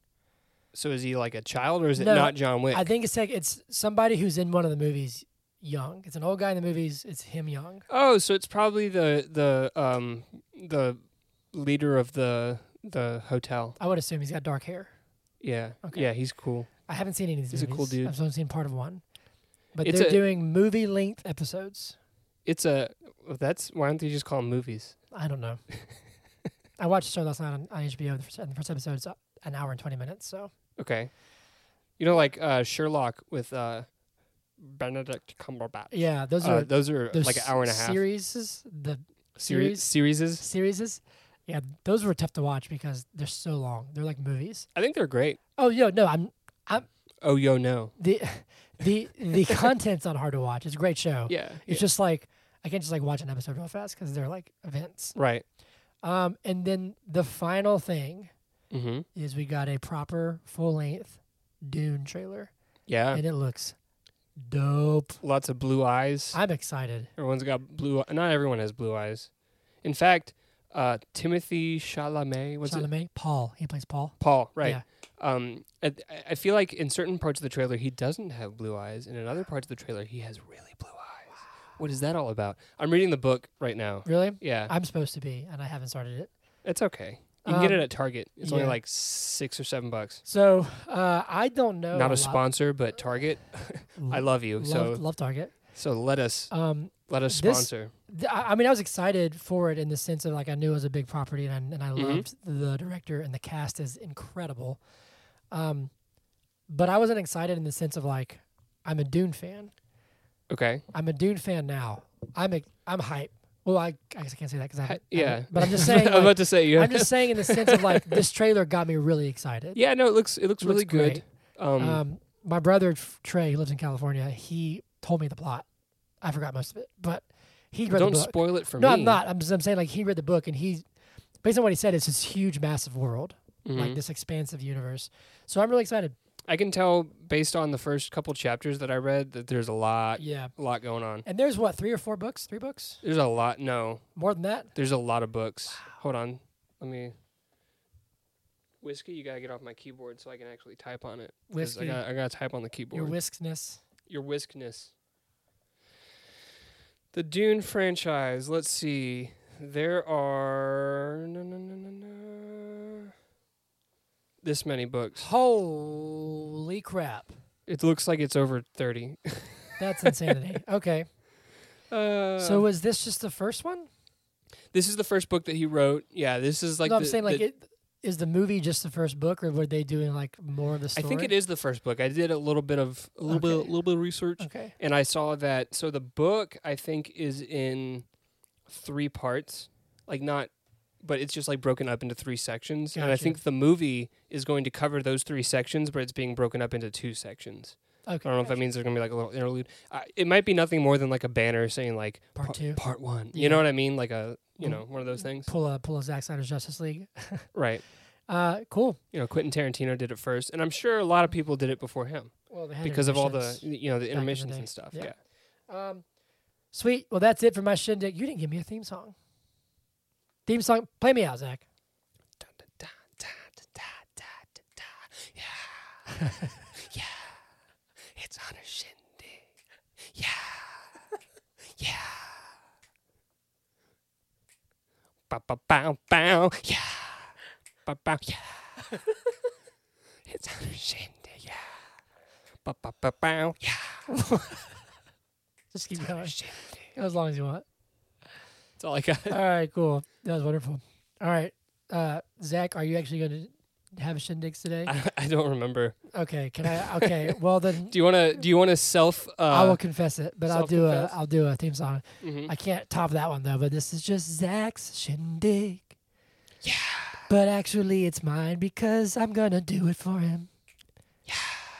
[SPEAKER 2] so is he like a child or is it
[SPEAKER 1] No,
[SPEAKER 2] not John Wick?
[SPEAKER 1] I think it's like it's somebody who's in one of the movies young. It's an old guy in the movies. It's him young.
[SPEAKER 2] oh, so it's probably the the um the leader of the the hotel.
[SPEAKER 1] I would assume he's got dark hair.
[SPEAKER 2] Yeah.
[SPEAKER 1] Okay.
[SPEAKER 2] Yeah, he's cool.
[SPEAKER 1] I haven't seen any of these
[SPEAKER 2] He's a
[SPEAKER 1] movies.
[SPEAKER 2] cool dude.
[SPEAKER 1] I've only seen part of one. But
[SPEAKER 2] It's
[SPEAKER 1] they're
[SPEAKER 2] a-
[SPEAKER 1] doing movie length episodes.
[SPEAKER 2] It's a that's why don't they just call them movies?
[SPEAKER 1] I don't
[SPEAKER 2] <laughs>
[SPEAKER 1] know. I watched the show last night on, on HBO. The first, and the first episode's uh, an hour and 20 minutes. So
[SPEAKER 2] Okay. You know, like uh, Sherlock with uh, Benedict Cumberbatch.
[SPEAKER 1] yeah, those
[SPEAKER 2] Uh,
[SPEAKER 1] are
[SPEAKER 2] those are
[SPEAKER 1] those
[SPEAKER 2] like an hour and a half.
[SPEAKER 1] Series, the
[SPEAKER 2] Seri- series.
[SPEAKER 1] series, yeah, those were tough to watch because they're so long. They're like movies.
[SPEAKER 2] I think they're great.
[SPEAKER 1] Oh yo, no, I'm
[SPEAKER 2] Oh, yo, no.
[SPEAKER 1] the <laughs> the
[SPEAKER 2] <laughs>
[SPEAKER 1] the content's not hard to watch. It's a great show.
[SPEAKER 2] Yeah.
[SPEAKER 1] It's just like I can't just like watch an episode real fast because they're like events.
[SPEAKER 2] right.
[SPEAKER 1] Um, and then the final thing
[SPEAKER 2] Mm-hmm.
[SPEAKER 1] is we got a proper full length Dune trailer,
[SPEAKER 2] Yeah.
[SPEAKER 1] and it looks dope.
[SPEAKER 2] Lots of blue eyes.
[SPEAKER 1] I'm excited.
[SPEAKER 2] Everyone's got blue. Not everyone has blue eyes. In fact, uh, Timothy Chalamet. What's it?
[SPEAKER 1] Chalamet, Paul, he plays Paul.
[SPEAKER 2] Paul. Right.
[SPEAKER 1] Yeah.
[SPEAKER 2] Um, I, I feel like in certain parts of the trailer he doesn't have blue eyes, and in other parts of the trailer he has really blue eyes. What is that all about? I'm reading the book right now.
[SPEAKER 1] Really?
[SPEAKER 2] Yeah.
[SPEAKER 1] I'm supposed to be, and I haven't started it.
[SPEAKER 2] It's okay. You can get
[SPEAKER 1] Um,
[SPEAKER 2] it at Target. It's only
[SPEAKER 1] yeah.
[SPEAKER 2] like six or seven bucks.
[SPEAKER 1] So uh, I don't know.
[SPEAKER 2] Not a,
[SPEAKER 1] lot-
[SPEAKER 2] sponsor, but Target. <laughs> I love you.
[SPEAKER 1] Love,
[SPEAKER 2] so
[SPEAKER 1] love Target.
[SPEAKER 2] so let us
[SPEAKER 1] Um,
[SPEAKER 2] let us
[SPEAKER 1] This-
[SPEAKER 2] sponsor.
[SPEAKER 1] th- I I mean, I was excited for it in the sense of like I knew it was a big property, and I, and I
[SPEAKER 2] Mhm.
[SPEAKER 1] loved the director and the cast is incredible. Um, but I wasn't excited in the sense of like I'm a Dune fan.
[SPEAKER 2] okay.
[SPEAKER 1] I'm a Dune fan now. I'm a, I'm hype. Well, I, I guess I can't say that because I
[SPEAKER 2] Hi-
[SPEAKER 1] haven't- I
[SPEAKER 2] yeah.
[SPEAKER 1] haven't- But I'm
[SPEAKER 2] <laughs>
[SPEAKER 1] just saying.
[SPEAKER 2] I'm about
[SPEAKER 1] like,
[SPEAKER 2] to say you.
[SPEAKER 1] I'm just saying in the sense of like this trailer got me really excited.
[SPEAKER 2] yeah. No, it looks it looks,
[SPEAKER 1] Looks
[SPEAKER 2] really good. Um,
[SPEAKER 1] Um, my brother Trey, who lives in California, he told me the plot. I forgot most of it, but he read
[SPEAKER 2] don't
[SPEAKER 1] the book.
[SPEAKER 2] spoil it for
[SPEAKER 1] no,
[SPEAKER 2] me.
[SPEAKER 1] I'm not. I'm just I'm saying like he read the book and he, based on what he said, it's this huge, massive world, like
[SPEAKER 2] Mhm.
[SPEAKER 1] this expansive universe. So I'm really excited.
[SPEAKER 2] I can tell based on the first couple chapters that I read that there's a lot
[SPEAKER 1] Yeah.
[SPEAKER 2] a lot going on.
[SPEAKER 1] And there's what three or four books? Three books?
[SPEAKER 2] There's a lot. No,
[SPEAKER 1] More than that?
[SPEAKER 2] there's a lot of books. Hold on. Let me. Whiskey, you gotta get off my keyboard so I can actually type on it. 'Cause
[SPEAKER 1] Whiskey.
[SPEAKER 2] I gotta, I gotta type on the keyboard.
[SPEAKER 1] Your whiskness.
[SPEAKER 2] your whiskness. The Dune franchise. Let's see. There are no, no, no, no, no. this many books.
[SPEAKER 1] Holy crap!
[SPEAKER 2] It looks like it's over thirty.
[SPEAKER 1] That's insanity.
[SPEAKER 2] <laughs>
[SPEAKER 1] okay.
[SPEAKER 2] Uh,
[SPEAKER 1] So was this just the first one?
[SPEAKER 2] this is the first book that he wrote. Yeah, this is like.
[SPEAKER 1] no, I'm
[SPEAKER 2] the-
[SPEAKER 1] saying like
[SPEAKER 2] the-
[SPEAKER 1] it is the movie just the first book, or were they doing like more of the
[SPEAKER 2] I
[SPEAKER 1] story?
[SPEAKER 2] think it is the first book. I did a little bit of a little bit,
[SPEAKER 1] Okay.
[SPEAKER 2] a little bit of research,
[SPEAKER 1] Okay.
[SPEAKER 2] and I saw that. So the book I think is in three parts, like not, but it's just like broken up into three sections. And I
[SPEAKER 1] Gotcha.
[SPEAKER 2] think the movie is going to cover those three sections, but it's being broken up into two sections. I
[SPEAKER 1] Okay.
[SPEAKER 2] don't know if that means there's gonna be like a little interlude. Uh, it might be nothing more than like a banner saying like
[SPEAKER 1] Part
[SPEAKER 2] par-
[SPEAKER 1] two.
[SPEAKER 2] part one. You
[SPEAKER 1] Yeah.
[SPEAKER 2] know what I mean? Like a you
[SPEAKER 1] Mm.
[SPEAKER 2] know one of those things,
[SPEAKER 1] pull a pull a Zack Snyder's Justice League.
[SPEAKER 2] right?
[SPEAKER 1] Uh, cool.
[SPEAKER 2] You know, Quentin Tarantino did it first, and I'm sure a lot of people did it before him
[SPEAKER 1] Well, they had
[SPEAKER 2] because of all the
[SPEAKER 1] intermissions.
[SPEAKER 2] you know the
[SPEAKER 1] in the
[SPEAKER 2] intermissions
[SPEAKER 1] day.
[SPEAKER 2] and stuff.
[SPEAKER 1] Yeah.
[SPEAKER 2] yeah.
[SPEAKER 1] Um, sweet. Well, that's it for my shindig. You didn't give me a theme song. Theme song. Play me out, Zach.
[SPEAKER 2] Yeah. <laughs> yeah. It's on a shindig. Yeah. Yeah. Bow, bow, bow, bow. Yeah. Bow, bow, yeah. it's on a shindig. Yeah. Bow, bow, bow, bow. Yeah.
[SPEAKER 1] Just keep
[SPEAKER 2] It's on a
[SPEAKER 1] going. <laughs>
[SPEAKER 2] shindig.
[SPEAKER 1] Go as long as you want.
[SPEAKER 2] That's all I got.
[SPEAKER 1] All right. Cool. That was wonderful. All right. Uh, Zach, are you actually going to have shindigs today?
[SPEAKER 2] I, I don't remember.
[SPEAKER 1] okay. Can I? Okay. Well then.
[SPEAKER 2] <laughs> Do you want to? Do you want to self? Uh,
[SPEAKER 1] I will confess it, but I'll do a
[SPEAKER 2] self-confess.
[SPEAKER 1] I'll do a theme song.
[SPEAKER 2] <laughs> mhm.
[SPEAKER 1] I can't top that one though, but this is just Zach's shindig.
[SPEAKER 2] Yeah.
[SPEAKER 1] But actually, it's mine because I'm gonna do it for him. Yeah.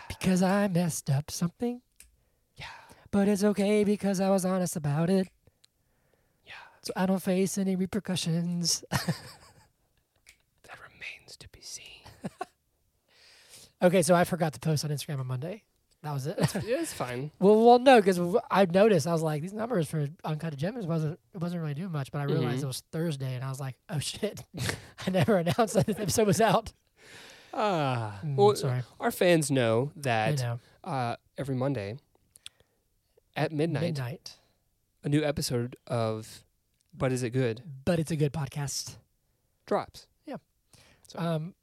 [SPEAKER 1] Because I messed up something.
[SPEAKER 2] Yeah.
[SPEAKER 1] But it's okay because I was honest about it. so I don't face any repercussions. <laughs>
[SPEAKER 2] That remains to be seen.
[SPEAKER 1] Okay, so I forgot to post on Instagram on Monday. That was it.
[SPEAKER 2] <laughs> yeah, it's fine.
[SPEAKER 1] well, well, no, because I noticed I was like these numbers for Uncut Gems wasn't it wasn't really doing much, but I realized
[SPEAKER 2] Mhm.
[SPEAKER 1] it was Thursday, and I was like, oh shit, <laughs> I never announced that this episode was out.
[SPEAKER 2] Ah,
[SPEAKER 1] Mm,
[SPEAKER 2] well,
[SPEAKER 1] sorry,
[SPEAKER 2] our fans know
[SPEAKER 1] I
[SPEAKER 2] that
[SPEAKER 1] know.
[SPEAKER 2] uh, every Monday at midnight,
[SPEAKER 1] Midnight,
[SPEAKER 2] a new episode of But Is It Good
[SPEAKER 1] but it's a good podcast.
[SPEAKER 2] drops. Sorry.
[SPEAKER 1] Um,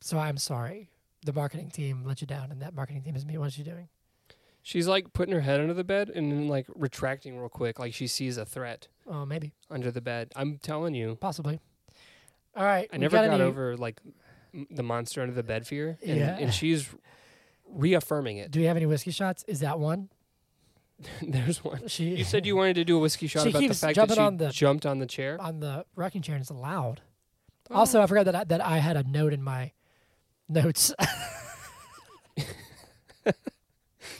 [SPEAKER 1] so I'm sorry. The marketing team let you down, and that marketing team is me. What's she doing?
[SPEAKER 2] She's like putting her head under the bed and then like retracting real quick, like she sees a threat
[SPEAKER 1] Oh, maybe,
[SPEAKER 2] under the bed. I'm telling you,
[SPEAKER 1] possibly. All right,
[SPEAKER 2] I
[SPEAKER 1] we
[SPEAKER 2] never got,
[SPEAKER 1] any-
[SPEAKER 2] over like m- the monster under the bed fear, and,
[SPEAKER 1] Yeah.
[SPEAKER 2] and she's reaffirming it. <laughs>
[SPEAKER 1] Do we have any whiskey shots? Is that one?
[SPEAKER 2] There's one.
[SPEAKER 1] She <laughs>
[SPEAKER 2] You said you wanted to do a whiskey shot
[SPEAKER 1] She
[SPEAKER 2] about the
[SPEAKER 1] keeps
[SPEAKER 2] fact that
[SPEAKER 1] jumping
[SPEAKER 2] she
[SPEAKER 1] on the-
[SPEAKER 2] jumped on the chair. <laughs>
[SPEAKER 1] on the rocking chair and it's loud.
[SPEAKER 2] Oh.
[SPEAKER 1] Also, I forgot that I, that I had a note in my notes.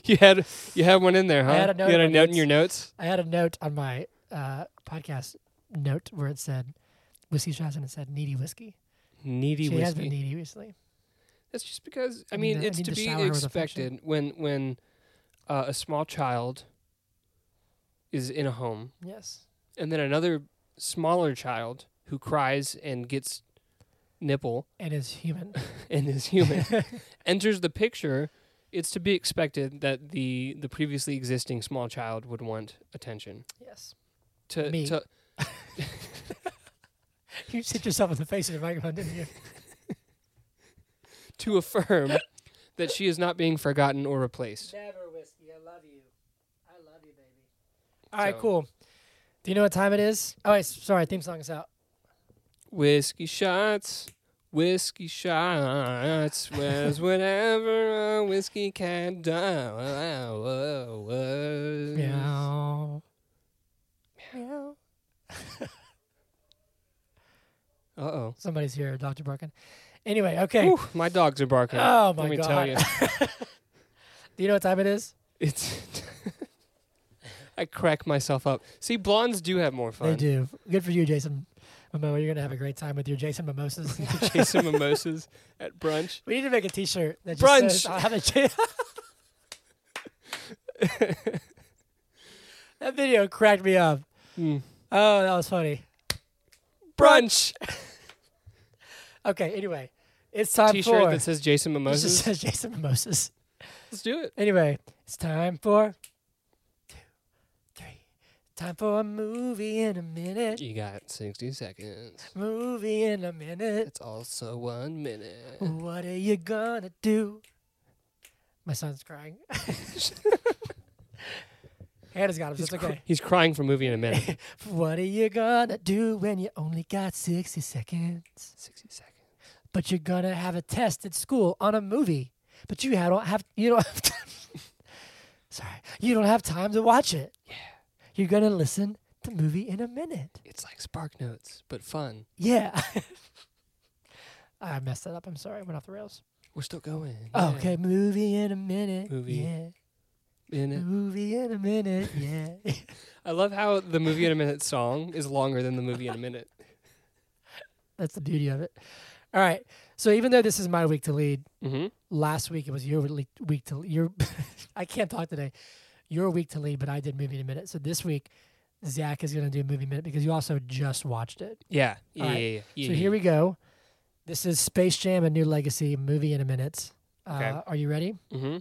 [SPEAKER 2] you had you had one in there, huh?
[SPEAKER 1] I had a note
[SPEAKER 2] you had
[SPEAKER 1] in
[SPEAKER 2] a
[SPEAKER 1] my
[SPEAKER 2] note in
[SPEAKER 1] notes.
[SPEAKER 2] your notes.
[SPEAKER 1] I had a note on my uh, podcast note where it said whiskey shots and it said needy whiskey.
[SPEAKER 2] Needy
[SPEAKER 1] she
[SPEAKER 2] whiskey.
[SPEAKER 1] has been needy recently.
[SPEAKER 2] That's just because I
[SPEAKER 1] I need
[SPEAKER 2] mean
[SPEAKER 1] to- I
[SPEAKER 2] it's
[SPEAKER 1] need
[SPEAKER 2] to
[SPEAKER 1] to
[SPEAKER 2] be
[SPEAKER 1] shower her with affection.
[SPEAKER 2] expected when when uh, a small child is in a home
[SPEAKER 1] Yes.
[SPEAKER 2] and then another smaller child who cries and gets nipple <laughs>
[SPEAKER 1] And is human.
[SPEAKER 2] and
[SPEAKER 1] <laughs>
[SPEAKER 2] is human enters the picture it's to be expected that the the previously existing small child would want attention
[SPEAKER 1] yes.
[SPEAKER 2] to
[SPEAKER 1] Me.
[SPEAKER 2] to
[SPEAKER 1] You hit yourself in the face of the microphone, didn't you? <laughs>
[SPEAKER 2] to affirm that she is not being forgotten or replaced
[SPEAKER 1] Never whiskey. I love you. I love you, baby. All right,
[SPEAKER 2] So-
[SPEAKER 1] cool. Do you know what time it is? Oh, wait, s- sorry. Theme song is out.
[SPEAKER 2] Whiskey shots, whiskey shots was whatever a whiskey can do.
[SPEAKER 1] Meow. Meow.
[SPEAKER 2] Uh oh.
[SPEAKER 1] Somebody's here, Dr. Barkin. Anyway, okay.
[SPEAKER 2] My dogs are barking.
[SPEAKER 1] Oh my
[SPEAKER 2] Let me
[SPEAKER 1] god.
[SPEAKER 2] tell you,
[SPEAKER 1] Do you know what time it is?
[SPEAKER 2] it's. <laughs> I crack myself up. See, blondes do have more fun.
[SPEAKER 1] They do. Good for you, Jason Momoa. You're gonna have a great time with your Jason
[SPEAKER 2] <laughs>
[SPEAKER 1] mimosas.
[SPEAKER 2] <laughs> Jason mimosas at brunch.
[SPEAKER 1] we need to make a T-shirt that just
[SPEAKER 2] Brunch.
[SPEAKER 1] says, "I'll have a J-" <laughs> that video cracked me up.
[SPEAKER 2] Mm.
[SPEAKER 1] Oh, that was funny.
[SPEAKER 2] Brunch
[SPEAKER 1] Okay. Anyway, it's time
[SPEAKER 2] T-shirt
[SPEAKER 1] for.
[SPEAKER 2] that says
[SPEAKER 1] <laughs>
[SPEAKER 2] Jason
[SPEAKER 1] It just
[SPEAKER 2] mimosas.
[SPEAKER 1] says Jason mimosas.
[SPEAKER 2] Let's do it.
[SPEAKER 1] Anyway, it's time for two, three. Time for a movie in a minute.
[SPEAKER 2] You got 60 seconds.
[SPEAKER 1] Movie in a minute.
[SPEAKER 2] It's also one minute.
[SPEAKER 1] What are you gonna do? My son's
[SPEAKER 2] <laughs>
[SPEAKER 1] crying. <laughs> Hannah's got him. so
[SPEAKER 2] He's,
[SPEAKER 1] It's
[SPEAKER 2] cr-
[SPEAKER 1] okay.
[SPEAKER 2] he's crying for movie in a minute. <laughs>
[SPEAKER 1] What are you gonna do when you only got 60 seconds?
[SPEAKER 2] 60 seconds.
[SPEAKER 1] But you're gonna have a test at school on a movie. But you ha- don't have you don't have time. <laughs> Sorry, you don't have time to watch it.
[SPEAKER 2] Yeah.
[SPEAKER 1] You're gonna listen to movie in a minute.
[SPEAKER 2] It's like Spark Notes, but fun.
[SPEAKER 1] Yeah. <laughs> I messed that up. I'm sorry. I went off the rails.
[SPEAKER 2] We're still going.
[SPEAKER 1] Oh,
[SPEAKER 2] Yeah.
[SPEAKER 1] okay, movie in a minute.
[SPEAKER 2] Movie.
[SPEAKER 1] Yeah.
[SPEAKER 2] In it.
[SPEAKER 1] Movie in a minute, yeah. <laughs>
[SPEAKER 2] I love how the movie in a minute song is longer than the movie in a <laughs> minute.
[SPEAKER 1] That's the beauty of it. All right. So even though this is my week to lead,
[SPEAKER 2] Mm-hmm.
[SPEAKER 1] last week it was your le- week to your. <laughs> I can't talk today. Your week to lead, but I did movie in a minute. So this week, Zach is going to do movie minute because you also just watched it.
[SPEAKER 2] Yeah. Yeah,
[SPEAKER 1] All right.
[SPEAKER 2] yeah, yeah, yeah,
[SPEAKER 1] So here we go. This is Space Jam: A New Legacy movie in a minute. Uh,
[SPEAKER 2] Okay.
[SPEAKER 1] Are you ready?
[SPEAKER 2] Mm-hmm.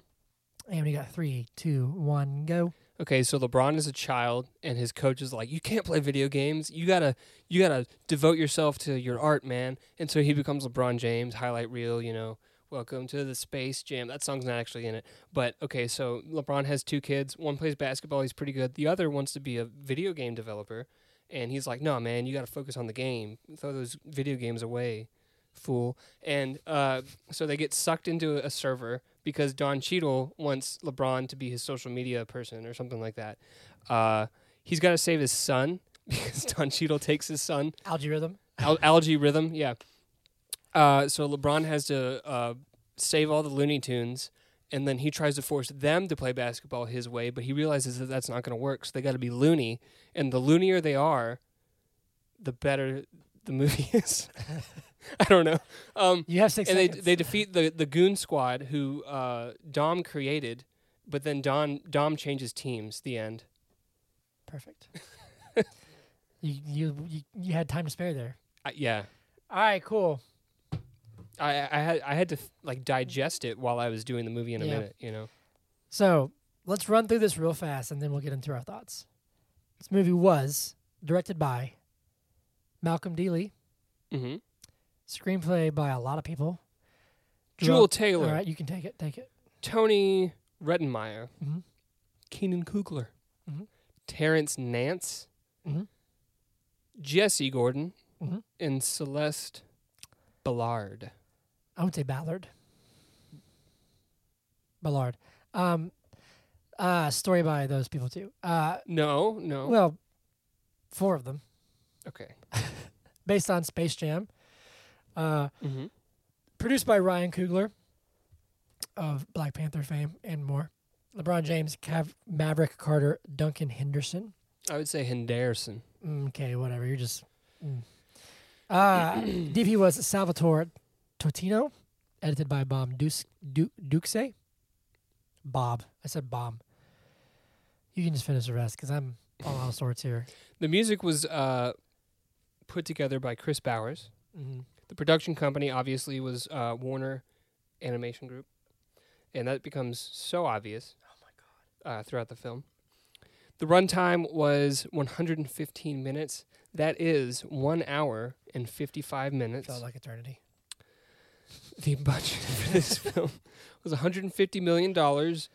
[SPEAKER 1] And we got three, two, one, go.
[SPEAKER 2] Okay, so LeBron is a child, and his coach is like, "You can't play video games. You gotta, you gotta devote yourself to your art, man." And so he becomes LeBron James, highlight reel, you know. Welcome to the Space Jam. That song's not actually in it, but okay. So LeBron has two kids. One plays basketball. He's pretty good. The other wants to be a video game developer, and he's like, "No, man, you gotta focus on the game. Throw those video games away, fool." And uh, so they get sucked into a server because Don Cheadle wants LeBron to be his social media person or something like that. Uh, he's got to save his son <laughs> because Don Cheadle takes his son.
[SPEAKER 1] Algae rhythm.
[SPEAKER 2] Al- algae rhythm, yeah. Uh, so LeBron has to uh, save all the Looney Tunes, and then he tries to force them to play basketball his way, but he realizes that that's not going to work. So they got to be loony, and the loonier they are, the better the movie <laughs> is. I don't know. Um,
[SPEAKER 1] You have six
[SPEAKER 2] and they
[SPEAKER 1] seconds.
[SPEAKER 2] they defeat the the goon squad who uh, Dom created, but then Don Dom changes teams. The end.
[SPEAKER 1] Perfect. <laughs> you, you you you had time to spare there.
[SPEAKER 2] I, yeah,
[SPEAKER 1] All right, cool.
[SPEAKER 2] I I had I had to like digest it while I was doing the movie in a
[SPEAKER 1] Yeah.
[SPEAKER 2] minute. You know.
[SPEAKER 1] So let's run through this real fast, and then we'll get into our thoughts. This movie was directed by Malcolm Dealey,
[SPEAKER 2] Mm-hmm.
[SPEAKER 1] screenplay by a lot of people.
[SPEAKER 2] Jewel
[SPEAKER 1] Direct-
[SPEAKER 2] Taylor,
[SPEAKER 1] All right, you can take it. Take it.
[SPEAKER 2] Tony Rettenmeyer,
[SPEAKER 1] Mhm.
[SPEAKER 2] Keenan Kugler,
[SPEAKER 1] Mhm.
[SPEAKER 2] Terrence Nance,
[SPEAKER 1] Mhm.
[SPEAKER 2] Jesse Gordon,
[SPEAKER 1] Mhm.
[SPEAKER 2] and Celeste Ballard.
[SPEAKER 1] I would say Ballard. Ballard. Um, uh, story by those people too. Uh,
[SPEAKER 2] No, no.
[SPEAKER 1] well, four of them
[SPEAKER 2] okay.
[SPEAKER 1] based on Space Jam. Uh,
[SPEAKER 2] Mm-hmm.
[SPEAKER 1] produced by Ryan Coogler of Black Panther fame and more. LeBron James, Cav- Maverick Carter, Duncan Henderson. Mm,
[SPEAKER 2] I would say Henderson.
[SPEAKER 1] Okay, whatever. You're just. mm. Uh, DP was Salvatore Totino, edited by Bob Dukes, Du- Dukse. Bob. I said Bob. You can just finish the rest because I'm all out of sorts here.
[SPEAKER 2] The music was uh, put together by Chris Bowers.
[SPEAKER 1] hmm
[SPEAKER 2] The production company obviously was uh, Warner Animation Group, and that becomes so obvious. Uh, throughout the film, the runtime was 115 minutes. That is one hour and 55 minutes.
[SPEAKER 1] Felt like eternity.
[SPEAKER 2] the budget for this <laughs> film was 150 million dollars,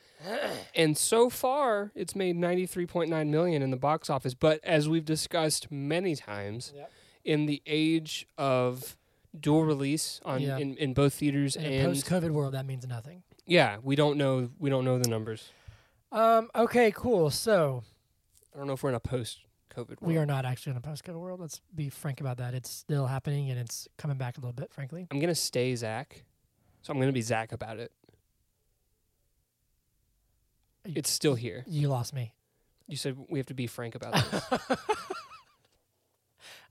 [SPEAKER 2] and so far it's made 93.9 million in the box office. But as we've discussed many times,
[SPEAKER 1] Yep.
[SPEAKER 2] in the age of dual release on
[SPEAKER 1] Yeah.
[SPEAKER 2] in, in both theaters
[SPEAKER 1] In
[SPEAKER 2] and,
[SPEAKER 1] a post-COVID world, that means nothing.
[SPEAKER 2] yeah, we don't know we don't know the numbers.
[SPEAKER 1] Um. Okay. Cool. So
[SPEAKER 2] I don't know if we're in a post COVID.
[SPEAKER 1] we are not actually in a post-COVID world. Let's be frank about that. It's still happening and it's coming back a little bit. Frankly,
[SPEAKER 2] I'm gonna stay Zach, so I'm gonna be Zach about it.
[SPEAKER 1] You-
[SPEAKER 2] It's still here.
[SPEAKER 1] you lost me.
[SPEAKER 2] You said we have to be frank about this.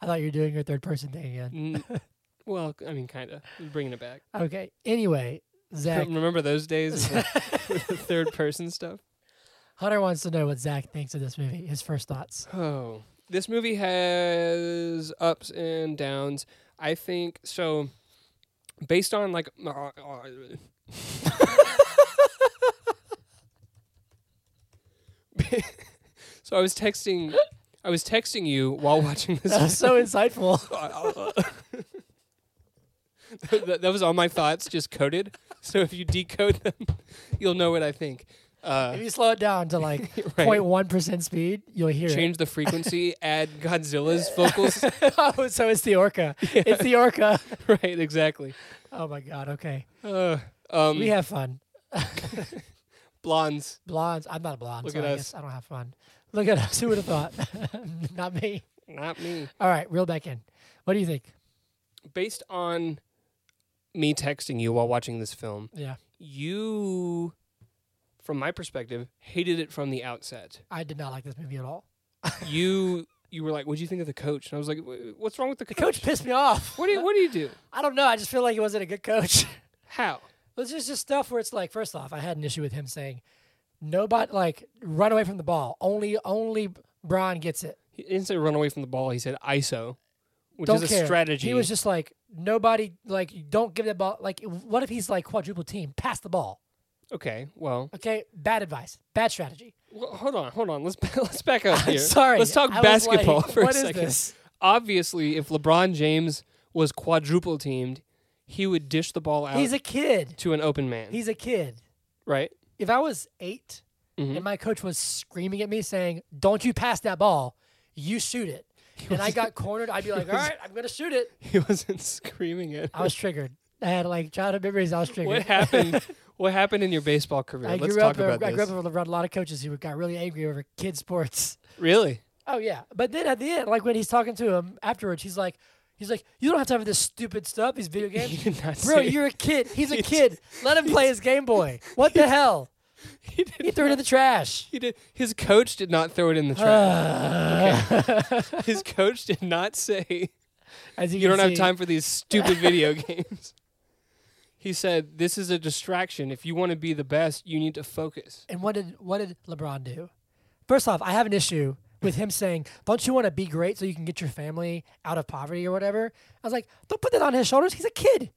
[SPEAKER 1] I thought you were doing your third person thing again.
[SPEAKER 2] N- well, I mean, kind of bringing it back.
[SPEAKER 1] Okay. Anyway, Zach
[SPEAKER 2] <laughs> Remember those days with the- with the <laughs> third person stuff?
[SPEAKER 1] Hunter wants to know what Zach thinks of this movie. His first thoughts.
[SPEAKER 2] Oh. This movie has ups and downs. I think so based on like uh, uh, <laughs> So I was texting I was texting you while watching this.
[SPEAKER 1] That <laughs> was
[SPEAKER 2] <laughs>
[SPEAKER 1] so insightful.
[SPEAKER 2] that, that was all my thoughts just coded. So if you decode them, you'll know what I think. Uh,
[SPEAKER 1] If you slow it down to like
[SPEAKER 2] <laughs> right.
[SPEAKER 1] 0.1 percent speed, you'll hear
[SPEAKER 2] change the frequency, add
[SPEAKER 1] <laughs>
[SPEAKER 2] Godzilla's vocals.
[SPEAKER 1] it. oh, so it's the
[SPEAKER 2] <laughs>
[SPEAKER 1] orca. It's the orca.
[SPEAKER 2] right, exactly.
[SPEAKER 1] Oh my god. Okay.
[SPEAKER 2] Uh, um,
[SPEAKER 1] We have fun.
[SPEAKER 2] blondes.
[SPEAKER 1] Blondes. I'm not a blonde,
[SPEAKER 2] Look
[SPEAKER 1] so
[SPEAKER 2] at
[SPEAKER 1] I
[SPEAKER 2] us.
[SPEAKER 1] guess I don't have fun. Look at us. Who would have thought? <laughs> not me.
[SPEAKER 2] Not me.
[SPEAKER 1] All right, reel back in. What do you think?
[SPEAKER 2] Based on me texting you while watching this film,
[SPEAKER 1] Yeah,
[SPEAKER 2] you, from my perspective, hated it from the outset.
[SPEAKER 1] I did not like this movie at all.
[SPEAKER 2] You you were like, "What do you think of the coach?" And I was like, "Wh- "What's wrong with the
[SPEAKER 1] The
[SPEAKER 2] coach?
[SPEAKER 1] coach pissed me off.
[SPEAKER 2] What do you, what do you do?
[SPEAKER 1] I don't know. I just feel like he wasn't a good coach. <laughs>
[SPEAKER 2] How?"
[SPEAKER 1] It's just just stuff where it's like, first off, I had an issue with him saying, nobody like run away from the ball. Only only Braun gets it.
[SPEAKER 2] He didn't say run away from the ball. He said ISO, which
[SPEAKER 1] don't
[SPEAKER 2] is a
[SPEAKER 1] care.
[SPEAKER 2] strategy.
[SPEAKER 1] He was just like nobody like don't give the ball. Like what if he's like quadruple team? Pass the ball.
[SPEAKER 2] okay. Well,
[SPEAKER 1] Okay, bad advice, bad strategy.
[SPEAKER 2] well, hold on, hold on. Let's <laughs> let's back up here.
[SPEAKER 1] Sorry.
[SPEAKER 2] Let's talk
[SPEAKER 1] I was
[SPEAKER 2] basketball <laughs>
[SPEAKER 1] like,
[SPEAKER 2] for
[SPEAKER 1] what
[SPEAKER 2] a
[SPEAKER 1] is
[SPEAKER 2] second.
[SPEAKER 1] this?
[SPEAKER 2] obviously, if LeBron James was quadruple teamed, he would dish the ball out
[SPEAKER 1] He's a kid.
[SPEAKER 2] to an open man.
[SPEAKER 1] He's a kid.
[SPEAKER 2] right? <laughs>
[SPEAKER 1] if I was 8
[SPEAKER 2] Mhm.
[SPEAKER 1] and my coach was screaming at me saying, "Don't you pass that ball, you shoot
[SPEAKER 2] <laughs>
[SPEAKER 1] it," and I got cornered, I'd be like, "All right, I'm gonna shoot it."
[SPEAKER 2] He wasn't screaming it.
[SPEAKER 1] I was triggered. I had like childhood memories. I was triggered.
[SPEAKER 2] What
[SPEAKER 1] <laughs>
[SPEAKER 2] happened? what happened in your baseball career?
[SPEAKER 1] I
[SPEAKER 2] Let's
[SPEAKER 1] grew
[SPEAKER 2] talk
[SPEAKER 1] up.
[SPEAKER 2] about
[SPEAKER 1] I grew
[SPEAKER 2] this.
[SPEAKER 1] up around a lot of coaches who got really angry over kid sports. <laughs>
[SPEAKER 2] really? <laughs>
[SPEAKER 1] Oh yeah, but then at the end, like when he's talking to him afterwards, he's like, he's like, "You don't have time for this stupid stuff.
[SPEAKER 2] <laughs>
[SPEAKER 1] These video
[SPEAKER 2] He
[SPEAKER 1] games." <laughs>
[SPEAKER 2] did not
[SPEAKER 1] Bro,
[SPEAKER 2] say- <laughs>
[SPEAKER 1] you're a kid. He's a kid. Let him play his Game Boy. What the hell?
[SPEAKER 2] he did.
[SPEAKER 1] He threw Uh, it in the
[SPEAKER 2] <laughs>
[SPEAKER 1] trash.
[SPEAKER 2] He did. His coach did not throw it in the trash. his coach did not say
[SPEAKER 1] <laughs> As
[SPEAKER 2] you
[SPEAKER 1] can
[SPEAKER 2] don't have
[SPEAKER 1] see-
[SPEAKER 2] time for these stupid video <laughs> games. He said, "This is a distraction. If you want to be the best, you need to focus."
[SPEAKER 1] And what did what did LeBron do? First off, I have an issue with him saying, "Don't you want to be great so you can get your family out of poverty or whatever?" I was like, "Don't put that on his shoulders. He's a kid.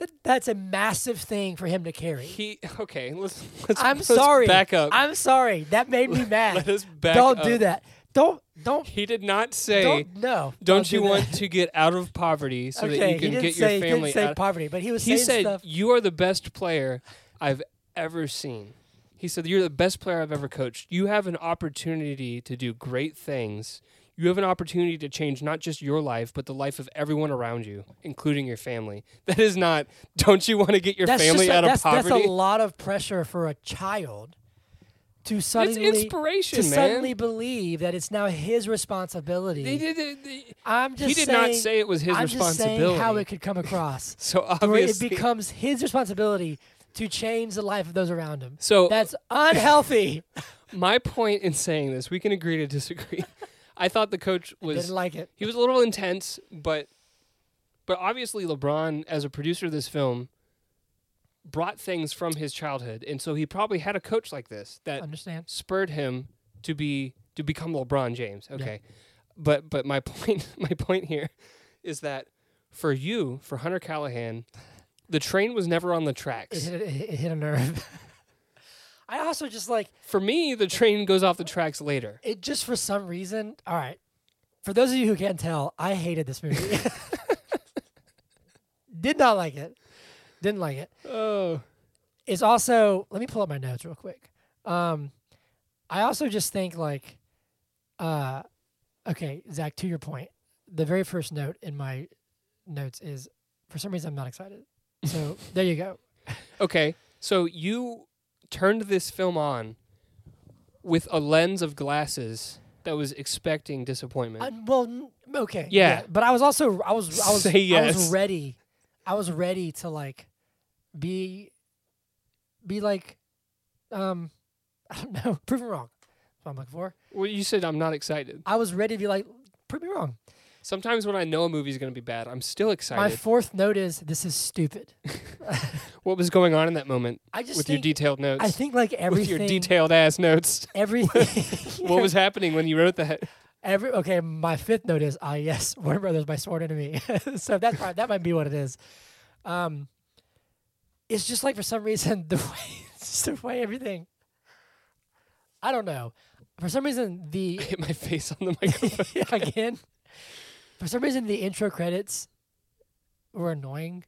[SPEAKER 1] That, that's a massive thing for him to carry."
[SPEAKER 2] He okay. Let's let's,
[SPEAKER 1] I'm
[SPEAKER 2] let's
[SPEAKER 1] sorry.
[SPEAKER 2] Back up.
[SPEAKER 1] I'm sorry. That made me mad.
[SPEAKER 2] <laughs> Let us back
[SPEAKER 1] don't do
[SPEAKER 2] up.
[SPEAKER 1] that. Don't don't
[SPEAKER 2] He did not say.
[SPEAKER 1] don't no.
[SPEAKER 2] Don't,
[SPEAKER 1] do
[SPEAKER 2] you
[SPEAKER 1] that."
[SPEAKER 2] want to get out of poverty so
[SPEAKER 1] okay,
[SPEAKER 2] that you can
[SPEAKER 1] he didn't
[SPEAKER 2] get your
[SPEAKER 1] say,
[SPEAKER 2] family
[SPEAKER 1] he didn't say
[SPEAKER 2] out?
[SPEAKER 1] poverty, but he was
[SPEAKER 2] He
[SPEAKER 1] saying
[SPEAKER 2] said,
[SPEAKER 1] stuff.
[SPEAKER 2] "You are the best player I've ever seen." He said, "You're the best player I've ever coached. You have an opportunity to do great things. You have an opportunity to change not just your life, but the life of everyone around you, including your family. <laughs> That is not. Don't you want to get your
[SPEAKER 1] That's
[SPEAKER 2] family
[SPEAKER 1] just a,
[SPEAKER 2] out
[SPEAKER 1] that's,
[SPEAKER 2] of poverty?
[SPEAKER 1] that's a lot of pressure for a child to
[SPEAKER 2] it's
[SPEAKER 1] suddenly
[SPEAKER 2] inspiration,
[SPEAKER 1] to
[SPEAKER 2] man.
[SPEAKER 1] suddenly believe that it's now his responsibility.
[SPEAKER 2] They did- they- they-
[SPEAKER 1] I'm just
[SPEAKER 2] he did
[SPEAKER 1] saying,
[SPEAKER 2] not say it was his
[SPEAKER 1] I'm just
[SPEAKER 2] responsibility.
[SPEAKER 1] saying how it could come
[SPEAKER 2] <laughs>
[SPEAKER 1] across.
[SPEAKER 2] so
[SPEAKER 1] where it
[SPEAKER 2] obviously,
[SPEAKER 1] becomes his responsibility to change the life of those around him.
[SPEAKER 2] so
[SPEAKER 1] That's
[SPEAKER 2] <laughs>
[SPEAKER 1] unhealthy.
[SPEAKER 2] my point in saying this, we can agree to disagree. <laughs> I thought the coach was
[SPEAKER 1] Didn't like it.
[SPEAKER 2] he was a little intense, but but obviously LeBron, as a producer of this film, brought things from his childhood, and so he probably had a coach like this that
[SPEAKER 1] Understand?
[SPEAKER 2] spurred him to be to become LeBron James. Okay, but but my <laughs> point my point here is that for you, for Hunter Callahan, the train was never on the
[SPEAKER 1] It
[SPEAKER 2] tracks.
[SPEAKER 1] hit, it, it hit a nerve. <laughs> I also just like
[SPEAKER 2] For me, the train goes off the tracks later.
[SPEAKER 1] it. Just for some reason. All right. For those of you who can't tell, I hated this movie. <laughs> Did not like it. Didn't like it.
[SPEAKER 2] Oh.
[SPEAKER 1] is also let me pull up my notes real quick. Um, I also just think like, uh, okay, Zach, to your point, the very first note in my notes is for some reason I'm not excited.
[SPEAKER 2] <laughs>
[SPEAKER 1] So there you go.
[SPEAKER 2] Okay, so you turned this film on with a lens of glasses that was expecting disappointment.
[SPEAKER 1] Uh, well, n- okay,
[SPEAKER 2] Yeah.
[SPEAKER 1] but I was also I was I was
[SPEAKER 2] <laughs> Say
[SPEAKER 1] I was
[SPEAKER 2] yes.
[SPEAKER 1] ready. I was ready to like be be like um <laughs> I don't know proven wrong. That's what I'm looking for.
[SPEAKER 2] well, you said I'm not excited.
[SPEAKER 1] I was ready to be like prove me wrong.
[SPEAKER 2] Sometimes when I know a movie's going to be bad, I'm still
[SPEAKER 1] My
[SPEAKER 2] excited.
[SPEAKER 1] fourth note is this is
[SPEAKER 2] <laughs>
[SPEAKER 1] stupid.
[SPEAKER 2] what was going on in that moment
[SPEAKER 1] I just
[SPEAKER 2] with your
[SPEAKER 1] think,
[SPEAKER 2] detailed notes?
[SPEAKER 1] I think like
[SPEAKER 2] <laughs> with
[SPEAKER 1] everything
[SPEAKER 2] your <laughs> detailed ass
[SPEAKER 1] <laughs>
[SPEAKER 2] notes.
[SPEAKER 1] everything
[SPEAKER 2] <laughs> What was happening when you wrote that?
[SPEAKER 1] <laughs>
[SPEAKER 2] <laughs>
[SPEAKER 1] every okay, my fifth note is ah yes, <laughs> Warner Brothers my sworn enemy. <laughs> so that's probably, that might be what it is. Um it's just like for some reason <laughs> the way it's just the way everything I don't know. For some reason
[SPEAKER 2] <laughs>
[SPEAKER 1] the <laughs>
[SPEAKER 2] Hit my face on the microphone.
[SPEAKER 1] again for some reason the intro credits were annoying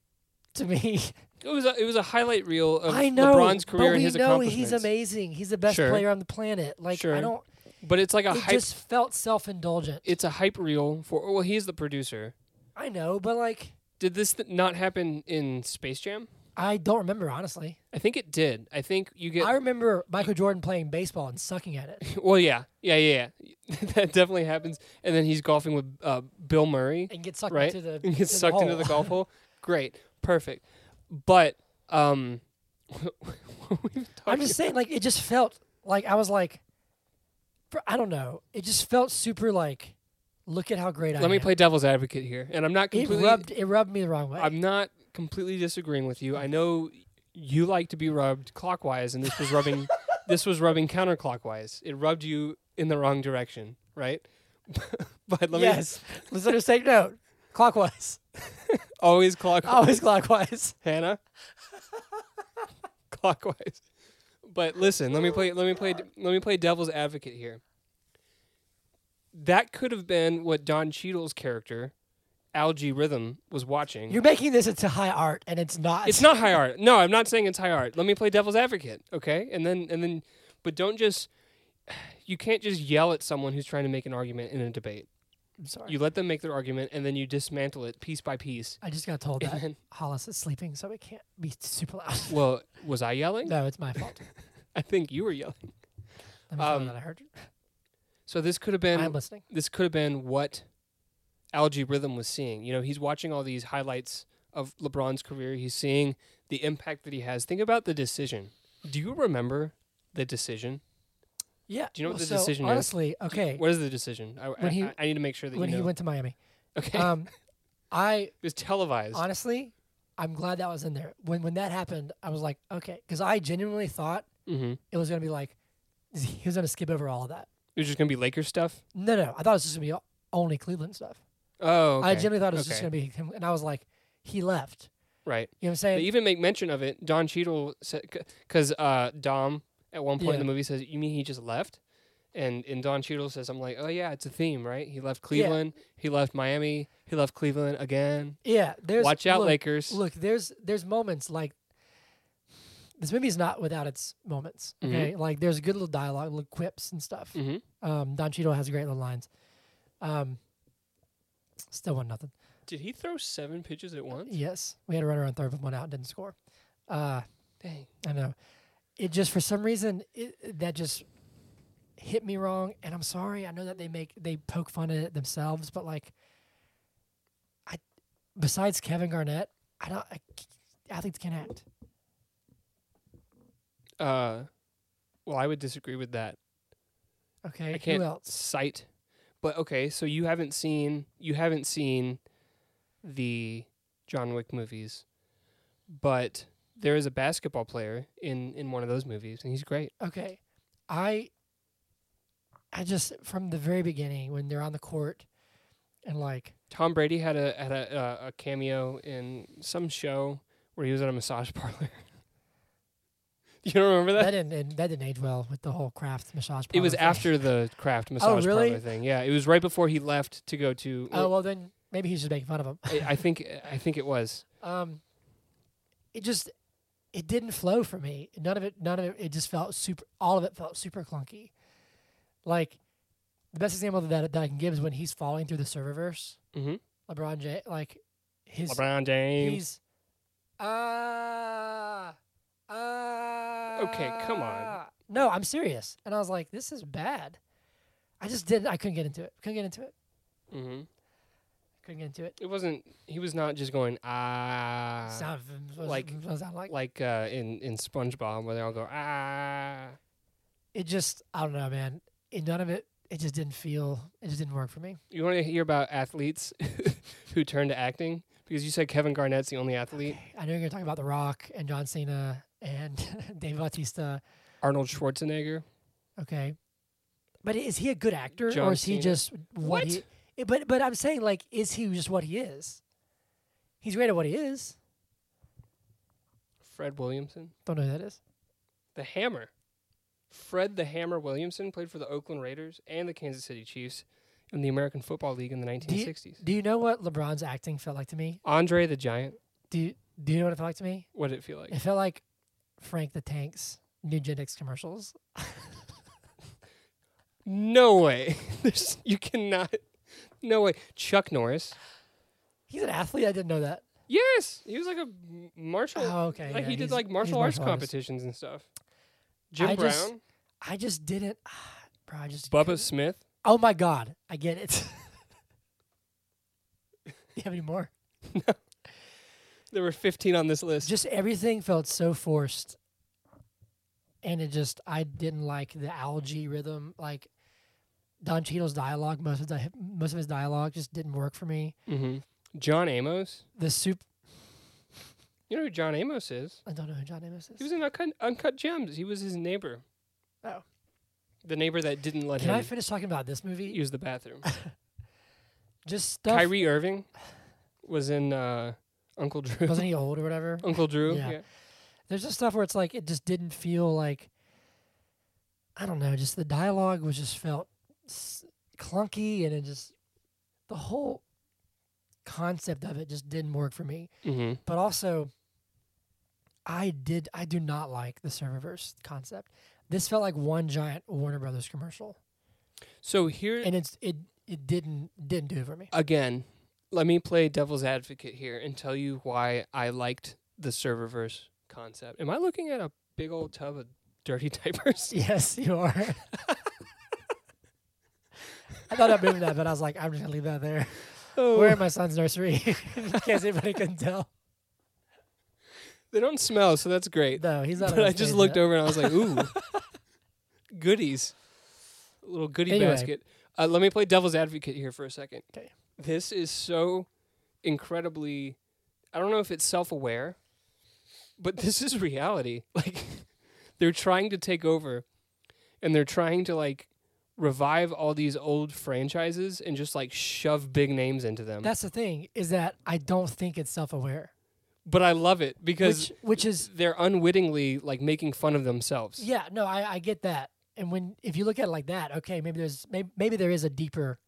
[SPEAKER 1] to me. <laughs>
[SPEAKER 2] it was a, it was a highlight reel of
[SPEAKER 1] I know
[SPEAKER 2] LeBron's career
[SPEAKER 1] but we
[SPEAKER 2] and his
[SPEAKER 1] know
[SPEAKER 2] accomplishments.
[SPEAKER 1] he's amazing. He's the best
[SPEAKER 2] Sure.
[SPEAKER 1] player on the planet. Like I
[SPEAKER 2] Sure.
[SPEAKER 1] don't.
[SPEAKER 2] But it's like a
[SPEAKER 1] it
[SPEAKER 2] hype.
[SPEAKER 1] just felt self-indulgent.
[SPEAKER 2] it's a hype reel for. Well, he's the producer.
[SPEAKER 1] I know, but like
[SPEAKER 2] Did this th- not happen in Space Jam?
[SPEAKER 1] I don't remember honestly.
[SPEAKER 2] I think it did. I think you get.
[SPEAKER 1] I remember Michael Jordan playing baseball and sucking at it
[SPEAKER 2] <laughs> well, yeah, yeah, yeah, yeah. <laughs> that definitely happens. And then he's golfing with uh, Bill Murray,
[SPEAKER 1] and get sucked
[SPEAKER 2] right? <laughs>
[SPEAKER 1] into the
[SPEAKER 2] and
[SPEAKER 1] to
[SPEAKER 2] gets sucked into
[SPEAKER 1] hole.
[SPEAKER 2] the
[SPEAKER 1] <laughs>
[SPEAKER 2] golf hole. Great, perfect. But um, <laughs> what were we
[SPEAKER 1] I'm
[SPEAKER 2] talking-
[SPEAKER 1] just saying, like it just felt like I was like, for, I don't know. It just felt super like, look at how great I
[SPEAKER 2] Let me
[SPEAKER 1] am.
[SPEAKER 2] play devil's advocate here, and I'm not
[SPEAKER 1] It
[SPEAKER 2] completely.
[SPEAKER 1] rubbed it rubbed me the wrong way.
[SPEAKER 2] I'm not completely disagreeing with you. I know you like to be rubbed clockwise, and this was
[SPEAKER 1] <laughs>
[SPEAKER 2] rubbing. this was rubbing counterclockwise. It rubbed you in the wrong direction, right? <laughs> but let me <laughs>
[SPEAKER 1] yes, let's understand. Note clockwise, <laughs>
[SPEAKER 2] always clockwise.
[SPEAKER 1] always clockwise. <laughs>
[SPEAKER 2] Hannah. Clockwise. But listen,
[SPEAKER 1] Oh
[SPEAKER 2] let me play. Let me play. Let me play devil's advocate here. That could have been what Don Cheadle's character, Algae Rhythm, was watching.
[SPEAKER 1] You're making this into high art, and it's not.
[SPEAKER 2] it's not high art. No, I'm not saying it's high art. Let me play devil's advocate, okay? And then and then, but don't just. <sighs> You can't just yell at someone who's trying to make an argument in a debate.
[SPEAKER 1] I'm sorry.
[SPEAKER 2] You let them make their argument, and then you dismantle it piece by piece.
[SPEAKER 1] I just got
[SPEAKER 2] <laughs>
[SPEAKER 1] told
[SPEAKER 2] And
[SPEAKER 1] that
[SPEAKER 2] then-
[SPEAKER 1] Hollis is sleeping, so it can't be super loud.
[SPEAKER 2] Well, was I yelling?
[SPEAKER 1] <laughs> no, it's my fault.
[SPEAKER 2] I think you were yelling.
[SPEAKER 1] Let me tell
[SPEAKER 2] Um,
[SPEAKER 1] that I heard you.
[SPEAKER 2] So this could have
[SPEAKER 1] I'm
[SPEAKER 2] been
[SPEAKER 1] listening.
[SPEAKER 2] this could have been what Algae Rhythm was seeing. You know, he's watching all these highlights of LeBron's career. He's seeing the impact that he has. Think about the decision. Do you remember the decision?
[SPEAKER 1] Yeah.
[SPEAKER 2] Do you know what
[SPEAKER 1] well, so,
[SPEAKER 2] the decision is?
[SPEAKER 1] honestly, okay.
[SPEAKER 2] What is the decision? I,
[SPEAKER 1] When
[SPEAKER 2] I,
[SPEAKER 1] he-
[SPEAKER 2] I- I need to make sure that
[SPEAKER 1] when
[SPEAKER 2] you know.
[SPEAKER 1] he went to Miami,
[SPEAKER 2] <laughs> okay,
[SPEAKER 1] um, I
[SPEAKER 2] it was televised.
[SPEAKER 1] honestly, I'm glad that was in there. When when that happened, I was like, okay, because I genuinely thought
[SPEAKER 2] mm-hmm. It
[SPEAKER 1] it was gonna be like <laughs> he was gonna skip over all of that.
[SPEAKER 2] was just gonna be Lakers stuff.
[SPEAKER 1] No, no, I thought it was just gonna be only Cleveland stuff.
[SPEAKER 2] Oh, okay.
[SPEAKER 1] I genuinely thought it was just
[SPEAKER 2] Okay.
[SPEAKER 1] gonna be him, and I was like, he left.
[SPEAKER 2] right.
[SPEAKER 1] You know what I'm saying?
[SPEAKER 2] They even make mention of it. Don Cheadle said, because uh, Dom at one point in
[SPEAKER 1] Yeah.
[SPEAKER 2] the movie says, "You mean he just left?" And and Don Cheadle says, "I'm like, oh yeah, it's a theme, right? He left Cleveland, he left Miami, he left Cleveland again.
[SPEAKER 1] yeah. There's
[SPEAKER 2] Watch out,
[SPEAKER 1] look,
[SPEAKER 2] Lakers.
[SPEAKER 1] Look, there's there's moments like this movie's not without its moments.
[SPEAKER 2] Mhm.
[SPEAKER 1] Okay, like there's good little dialogue, little quips and stuff.
[SPEAKER 2] Mhm.
[SPEAKER 1] Um, Don Cheadle has great little lines. Um, still one nothing.
[SPEAKER 2] Did he throw seven pitches at once?
[SPEAKER 1] Yes, we had a runner on third with one out, and didn't score. Uh,
[SPEAKER 2] Dang.
[SPEAKER 1] I know. It just for some reason it, that just hit me wrong, and I'm sorry. I know that they make they poke fun at it themselves, but like, I besides Kevin Garnett, I don't. I, athletes can act.
[SPEAKER 2] Uh, well, I would disagree with that.
[SPEAKER 1] Okay,
[SPEAKER 2] I can't
[SPEAKER 1] who else?
[SPEAKER 2] cite, but okay. So you haven't seen you haven't seen the John Wick movies, but there is a basketball player in in one of those movies, and he's great.
[SPEAKER 1] Okay, I. I just from the very beginning when they're on the court, and
[SPEAKER 2] <laughs>
[SPEAKER 1] like
[SPEAKER 2] Tom Brady had a had a uh, a cameo in some show where he was at a massage <laughs> parlor. you don't remember that?
[SPEAKER 1] that didn't and that didn't age well with the whole craft massage.
[SPEAKER 2] it was
[SPEAKER 1] parlor thing.
[SPEAKER 2] after the craft massage
[SPEAKER 1] Oh, really?
[SPEAKER 2] parlor thing. Yeah, it was right before he left to go to.
[SPEAKER 1] Oh well, then maybe he's just making fun of him.
[SPEAKER 2] I, I think I think it was.
[SPEAKER 1] um it just it didn't flow for me none of it none of it it just felt super all of it felt super clunky like the best example of that that i can give is when he's falling through the serververse
[SPEAKER 2] hmm
[SPEAKER 1] lebron j like his
[SPEAKER 2] LeBron James.
[SPEAKER 1] he's ah ah
[SPEAKER 2] come on.
[SPEAKER 1] no i'm serious and i was like this is bad i just didn't i couldn't get into it couldn't get into it
[SPEAKER 2] hmm
[SPEAKER 1] couldn't get into it
[SPEAKER 2] it wasn't he was not just going ah
[SPEAKER 1] sound,
[SPEAKER 2] like-
[SPEAKER 1] sound like
[SPEAKER 2] like uh in in SpongeBob where they all go ah
[SPEAKER 1] it just I don't know, man. It, none of it. It just didn't feel. It just didn't work for me.
[SPEAKER 2] you want to hear about athletes <laughs> who turn to acting because you said Kevin Garnett's the only athlete
[SPEAKER 1] I know you're gonna talk about The Rock and John Cena and <laughs> Dave Bautista.
[SPEAKER 2] Arnold Schwarzenegger
[SPEAKER 1] Okay, but is he a good actor
[SPEAKER 2] John
[SPEAKER 1] or is he
[SPEAKER 2] Cena.
[SPEAKER 1] just what?
[SPEAKER 2] What?
[SPEAKER 1] He, Eh, but but I'm saying like, is he just what he is? He's great at what he is.
[SPEAKER 2] Fred Williamson
[SPEAKER 1] Don't know who that is.
[SPEAKER 2] the Hammer Fred the Hammer Williamson played for the Oakland Raiders and the Kansas City Chiefs in the American Football League in the 1960s
[SPEAKER 1] Do you know what LeBron's acting felt like to me?
[SPEAKER 2] Andre the Giant
[SPEAKER 1] Do you, Do you know what it felt like to me?
[SPEAKER 2] what did it feel like
[SPEAKER 1] It felt like Frank the Tank's Nugenics commercials.
[SPEAKER 2] no way <laughs> There's, you cannot no way Chuck Norris
[SPEAKER 1] He's an athlete. I didn't know that.
[SPEAKER 2] Yes, he was like a m- martial.
[SPEAKER 1] Oh, okay,
[SPEAKER 2] Like
[SPEAKER 1] yeah,
[SPEAKER 2] he did
[SPEAKER 1] he's-
[SPEAKER 2] like
[SPEAKER 1] he's
[SPEAKER 2] martial arts
[SPEAKER 1] martial artist.
[SPEAKER 2] competitions and stuff. Jim
[SPEAKER 1] I
[SPEAKER 2] Brown,
[SPEAKER 1] just- I just didn't. ah, bro, I just.
[SPEAKER 2] Bubba
[SPEAKER 1] couldn't-
[SPEAKER 2] Smith.
[SPEAKER 1] Oh my God, I get it. <laughs> you have any more?
[SPEAKER 2] There were fifteen on this list.
[SPEAKER 1] Just everything felt so forced, and it just I didn't like the algae rhythm. Like Don Cheadle's dialogue, most of the most of his dialogue just didn't work for me.
[SPEAKER 2] hmm John Amos.
[SPEAKER 1] The soup.
[SPEAKER 2] You know who John Amos is?
[SPEAKER 1] I don't know who John Amos is.
[SPEAKER 2] He was in Uncut, Uncut Gems. He was his neighbor.
[SPEAKER 1] Oh.
[SPEAKER 2] The neighbor that didn't let
[SPEAKER 1] Can I
[SPEAKER 2] him
[SPEAKER 1] finish talking about this movie?
[SPEAKER 2] use the bathroom.
[SPEAKER 1] just stuff.
[SPEAKER 2] Kyrie <laughs> Irving was in uh, Uncle Drew.
[SPEAKER 1] Wasn't he old or whatever?
[SPEAKER 2] <laughs> Uncle Drew.
[SPEAKER 1] Yeah.
[SPEAKER 2] Yeah.
[SPEAKER 1] there's just stuff where it's like it just didn't feel like I don't know, just the dialogue was just felt s- clunky and it just the whole concept of it just didn't work for me.
[SPEAKER 2] hmm
[SPEAKER 1] But also I did I do not like the serververse concept. This felt like one giant Warner Brothers commercial.
[SPEAKER 2] So here
[SPEAKER 1] And it's it it didn't didn't do it for me. <laughs>
[SPEAKER 2] again, let me play devil's advocate here and tell you why I liked the serververse concept. Am I looking at a big old tub of dirty <laughs> diapers?
[SPEAKER 1] Yes, you are. <laughs> I thought about moving that, but I was like, I'm just gonna leave that there. <laughs>
[SPEAKER 2] Oh,
[SPEAKER 1] We're in my son's nursery. in case anybody couldn't tell.
[SPEAKER 2] They don't smell, so that's great.
[SPEAKER 1] No, he's not.
[SPEAKER 2] but I just
[SPEAKER 1] unfazed
[SPEAKER 2] looked
[SPEAKER 1] yet.
[SPEAKER 2] over and I was like, ooh,
[SPEAKER 1] <laughs>
[SPEAKER 2] goodies, a little goodie
[SPEAKER 1] Anyway.
[SPEAKER 2] basket. Uh, let me play devil's advocate here for a second.
[SPEAKER 1] 'Kay.
[SPEAKER 2] This is so incredibly. I don't know if it's self-aware, but <laughs> this is reality. <laughs> Like they're trying to take over, and they're trying to like revive all these old franchises and just like shove big names into them.
[SPEAKER 1] That's the thing is that I don't think it's self-aware,
[SPEAKER 2] but I love it because
[SPEAKER 1] which which is
[SPEAKER 2] they're unwittingly like making fun of themselves.
[SPEAKER 1] yeah. No, I, I get that. And when if you look at it like that, okay, maybe there's maybe, maybe there is a deeper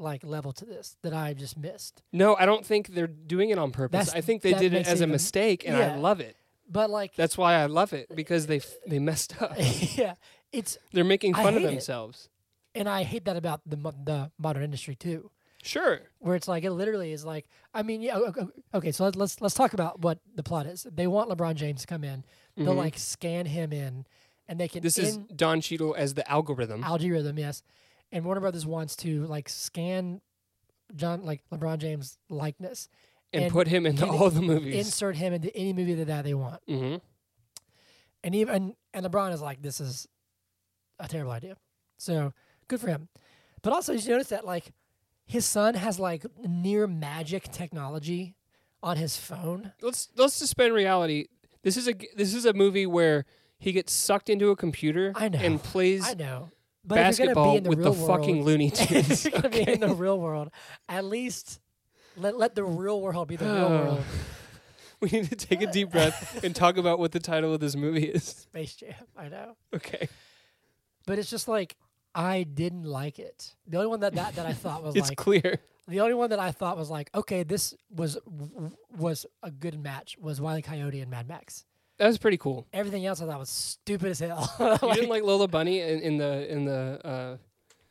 [SPEAKER 1] like level to this that I just missed.
[SPEAKER 2] No, I don't think they're doing it on purpose.
[SPEAKER 1] That's-
[SPEAKER 2] I think they
[SPEAKER 1] that
[SPEAKER 2] did it
[SPEAKER 1] makes
[SPEAKER 2] as a
[SPEAKER 1] even-
[SPEAKER 2] mistake, and
[SPEAKER 1] Yeah.
[SPEAKER 2] I love it.
[SPEAKER 1] But like,
[SPEAKER 2] That's why I love it because they f- they messed up.
[SPEAKER 1] <laughs> yeah, it's
[SPEAKER 2] They're making
[SPEAKER 1] I
[SPEAKER 2] fun of
[SPEAKER 1] hate it.
[SPEAKER 2] themselves.
[SPEAKER 1] and I hate that about the mo- the modern industry too.
[SPEAKER 2] Sure,
[SPEAKER 1] where it's like it literally is like I mean yeah o- o- okay so let's let's, let's talk about what the plot is. They want LeBron James to come in. They'll
[SPEAKER 2] Mhm.
[SPEAKER 1] like scan him in, and they can
[SPEAKER 2] this
[SPEAKER 1] in
[SPEAKER 2] is Don Cheadle as the algorithm.
[SPEAKER 1] algorithm yes, and Warner Brothers wants to like scan John like LeBron James likeness,
[SPEAKER 2] and,
[SPEAKER 1] and-
[SPEAKER 2] put him into
[SPEAKER 1] and
[SPEAKER 2] all the movies.
[SPEAKER 1] insert him into any movie that, that they want,
[SPEAKER 2] hmm
[SPEAKER 1] and even and, and LeBron is like this is a terrible idea. So good for him, but also did you notice that like his son has like near magic technology on his phone.
[SPEAKER 2] Let's let's suspend reality. This is a g- this is a movie where he gets sucked into a computer
[SPEAKER 1] I know.
[SPEAKER 2] and plays
[SPEAKER 1] I know. But
[SPEAKER 2] basketball
[SPEAKER 1] if you're
[SPEAKER 2] with
[SPEAKER 1] gonna
[SPEAKER 2] the
[SPEAKER 1] be in the real world, <laughs>
[SPEAKER 2] fucking Looney
[SPEAKER 1] if
[SPEAKER 2] Tunes.
[SPEAKER 1] you're gonna be in the
[SPEAKER 2] okay?
[SPEAKER 1] real world, at least let let the real world be the
[SPEAKER 2] <sighs>
[SPEAKER 1] real world.
[SPEAKER 2] <laughs> we need to take a deep breath and talk about what the title of this movie is. <laughs>
[SPEAKER 1] Space Jam, I know.
[SPEAKER 2] Okay,
[SPEAKER 1] But it's just like I didn't like it. The only one that that, that I thought was
[SPEAKER 2] it's
[SPEAKER 1] like
[SPEAKER 2] clear.
[SPEAKER 1] the only one that I thought was like okay, this was was a good match was Wile E. Coyote and Mad Max.
[SPEAKER 2] That was pretty cool.
[SPEAKER 1] Everything else I thought was stupid as hell. <laughs>
[SPEAKER 2] You
[SPEAKER 1] Like,
[SPEAKER 2] didn't like Lola Bunny in, in the in the uh,